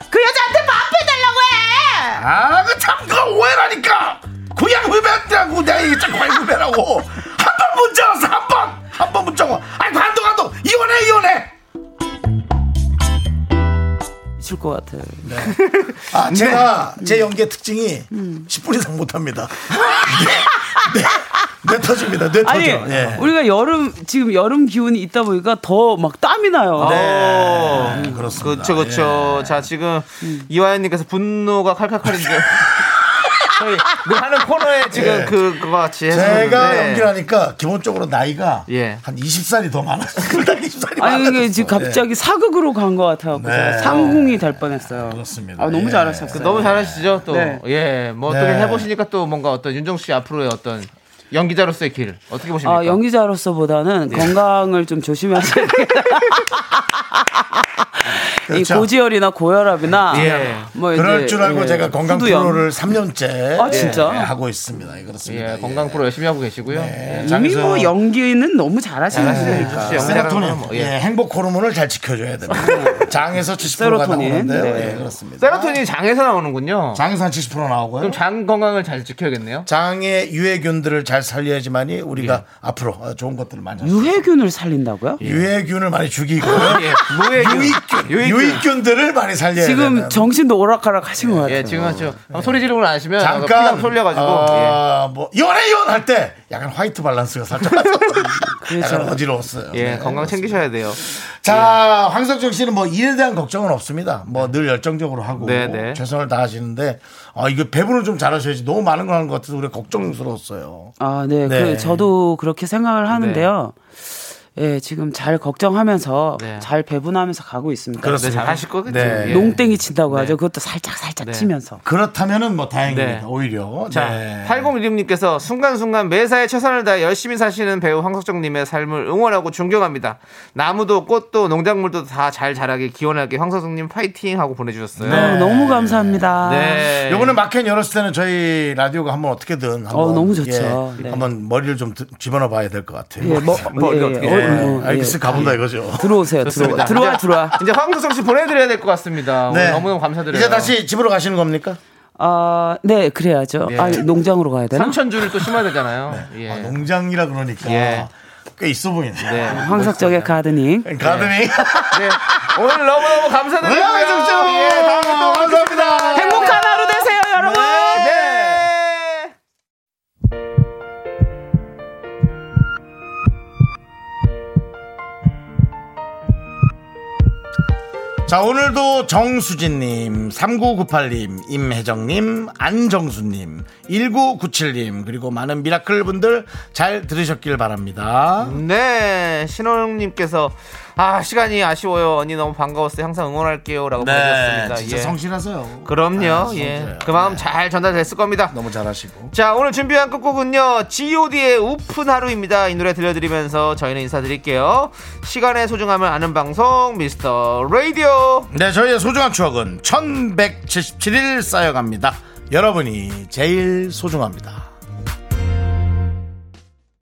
E: 그 여자한테 밥 해달라고 해!
A: 아그참 그거 오해라니까 그냥 후배한테라고 내가 이게 자꾸 왜 후배라고 한 번 문자 왔어 한번 한 번 문자 와 아이 관도 관도 이혼해 이혼해
E: 미칠 것 같아요. 네.
A: 아, 제가
E: 음.
A: 제 연기의 특징이 10분 이상 못합니다. 뇌, 뇌, 뇌 터집니다. 뇌
E: 아니
A: 터져. 예.
E: 우리가 여름 지금 여름 기운이 있다 보니까 더 막 땀이
A: 아,
E: 나요.
B: 네.
A: 음, 그렇습니다. 예.
B: 그렇죠, 그렇죠. 자, 지금 이화연님께서 분노가 칼칼칼인데. 저희 늘 하는 코너에 지금
A: 예.
B: 그, 그거 같이
E: 네.
B: 해서.
A: 제가
B: 그러는데
A: 연기를 하니까 기본적으로 나이가
B: 예.
A: 한 20살이 더 많았어요. 20살이
E: 아니 이게
A: 많았어요. 예.
E: 지금 갑자기 사극으로 간 것 같아요.
A: 네.
E: 상궁이 될 뻔했어요.
A: 그렇습니다.
E: 아, 너무
A: 예.
E: 잘하셨어요.
B: 너무 잘하시죠, 또.
E: 네.
B: 예. 뭐 어떻게
A: 네.
B: 해보시니까 또 뭔가 어떤 윤정 씨 앞으로의 어떤 연기자로서의 길 어떻게 보십니까?
E: 아,
A: 예.
E: 연기자로서보다는 건강을 좀 조심하셔야 돼요. 이
A: 그렇죠.
E: 고지혈이나 고혈압이나
B: 예.
E: 뭐 이제
A: 그럴 줄 알고
E: 예,
A: 제가 건강
E: 후두염.
A: 프로를 3년째
E: 아, 진짜?
A: 하고 있습니다. 예, 그렇습니다.
B: 예, 건강 프로 열심히 하고 계시고요. 예.
E: 이미
A: 장에서-
E: 뭐 연기는 너무 잘하시는 분이니까.
B: 혹시
A: 네.
B: 연기자라는
A: 음. 세로토닌,
B: 건 뭐-
A: 예.
B: 예.
A: 행복 호르몬을 잘 지켜줘야 됩니다. 장에서 70%가
E: 세로토닌.
A: 나오는데요.
E: 네.
A: 예, 그렇습니다.
B: 세로토닌이 장에서 나오는군요.
A: 장에서 한 70% 나오고요.
B: 그럼 장 건강을 잘 지켜야겠네요.
A: 장의 유해균들을 잘 살려야지만이 우리가
B: 예.
A: 앞으로 어, 좋은 것들을 많이 할
E: 유해균을 살린다고요?
A: 수 있어요. 유해균을 많이 죽이고
B: 예, 무해균.
A: 유익균,
B: 유익균.
A: 유익균들을 많이 살려야
E: 지금
A: 되는.
E: 정신도 오락가락 하신 것 같아요.
B: 예, 지금 아주 한번 소리 지르고 나시면 피가
A: 잠깐
B: 풀려가지고 예.
A: 어, 뭐 연애 연 할 때 약간 화이트 밸런스가 살짝 약간 어지러웠어요.
B: 그렇죠. 예,
A: 네,
B: 건강 챙기셔야 돼요.
A: 자, 황석정 씨는 뭐 일에 대한 걱정은 없습니다. 뭐 늘 열정적으로 하고
B: 네, 네.
A: 최선을 다하시는데 아 이거 배분을 좀 잘하셔야지 너무 많은 걸 하는 것 같아서 우리가 걱정스러웠어요.
E: 아, 네.
A: 네.
E: 그 저도 그렇게 생각을 하는데요. 예, 지금 잘 걱정하면서
B: 네.
E: 잘 배분하면서 가고 있습니다.
B: 네,
A: 그렇습니다.
B: 잘하실 거겠죠.
A: 네.
B: 예.
E: 농땡이 친다고 하죠. 그것도 살짝 살짝 치면서.
A: 그렇다면은 뭐 다행입니다.
B: 네.
A: 오히려
B: 자,
A: 네.
B: 8016님께서 순간순간 매사에 최선을 다해 열심히 사시는 배우 황석정님의 삶을 응원하고 존경합니다. 나무도 꽃도 농작물도 다 잘 자라길 기원하게 황석정님 파이팅 하고 보내주셨어요.
E: 아, 너무 감사합니다.
B: 네.
A: 요번에 마켓 열었을 때는 저희 라디오가 한번 어떻게든 한번
E: 너무 좋죠. 네.
A: 한번 머리를 좀 드- 집어넣어 봐야 될 것 같아요.
E: 예, 뭐,
B: 머리
E: 예, 예.
B: 어떻게
E: 어,
B: 해?
E: 뭐,
A: 네. 알겠어
E: 예.
A: 가본다 이거죠.
E: 들어오세요.
B: 좋습니다.
E: 들어와,
B: 네.
E: 들어와,
B: 이제-
E: 들어와.
B: 이제 황구성 씨 보내드려야 될 것 같습니다. 오늘 너무너무 감사드려요.
A: 네. 이제 다시 집으로 가시는 겁니까?
E: 아, 네, 그래야죠.
B: 예.
E: 아, 농장으로 가야 되나?
B: 삼천주를 또 심어야 되잖아요. 예.
A: 아, 농장이라 그러니까
B: 예.
A: 꽤 있어 보이네.
B: 네.
E: 황석적의 가드닝.
A: 가드닝.
B: 네. 오늘 너무너무 감사드리고요.
A: 네, 황석적!
B: 예, 다음에 또 감사합니다.
E: 행복한 하루 되세요, 여러분.
B: 네.
A: 자 오늘도 정수진님, 3998님, 임혜정님, 안정수님, 1997님 그리고 많은 미라클 분들 잘 들으셨길 바랍니다.
B: 네, 신호영님께서 아 시간이 아쉬워요. 언니 너무 반가웠어요. 항상 응원할게요라고
A: 네,
B: 보내셨습니다.
A: 진짜
B: 예.
A: 성실하세요. 아,
B: 그럼요. 예,
A: 성실해요.
B: 그 마음
A: 네.
B: 잘 전달됐을 겁니다.
A: 너무 잘하시고.
B: 자 오늘 준비한 끝곡은요 G.O.D의 의 우픈 하루입니다 이 노래 들려드리면서 저희는 인사드릴게요 시간의 소중함을 아는 방송 미스터 라디오
A: 네 저희의 소중한 추억은 1177일 쌓여갑니다. 여러분이 제일 소중합니다.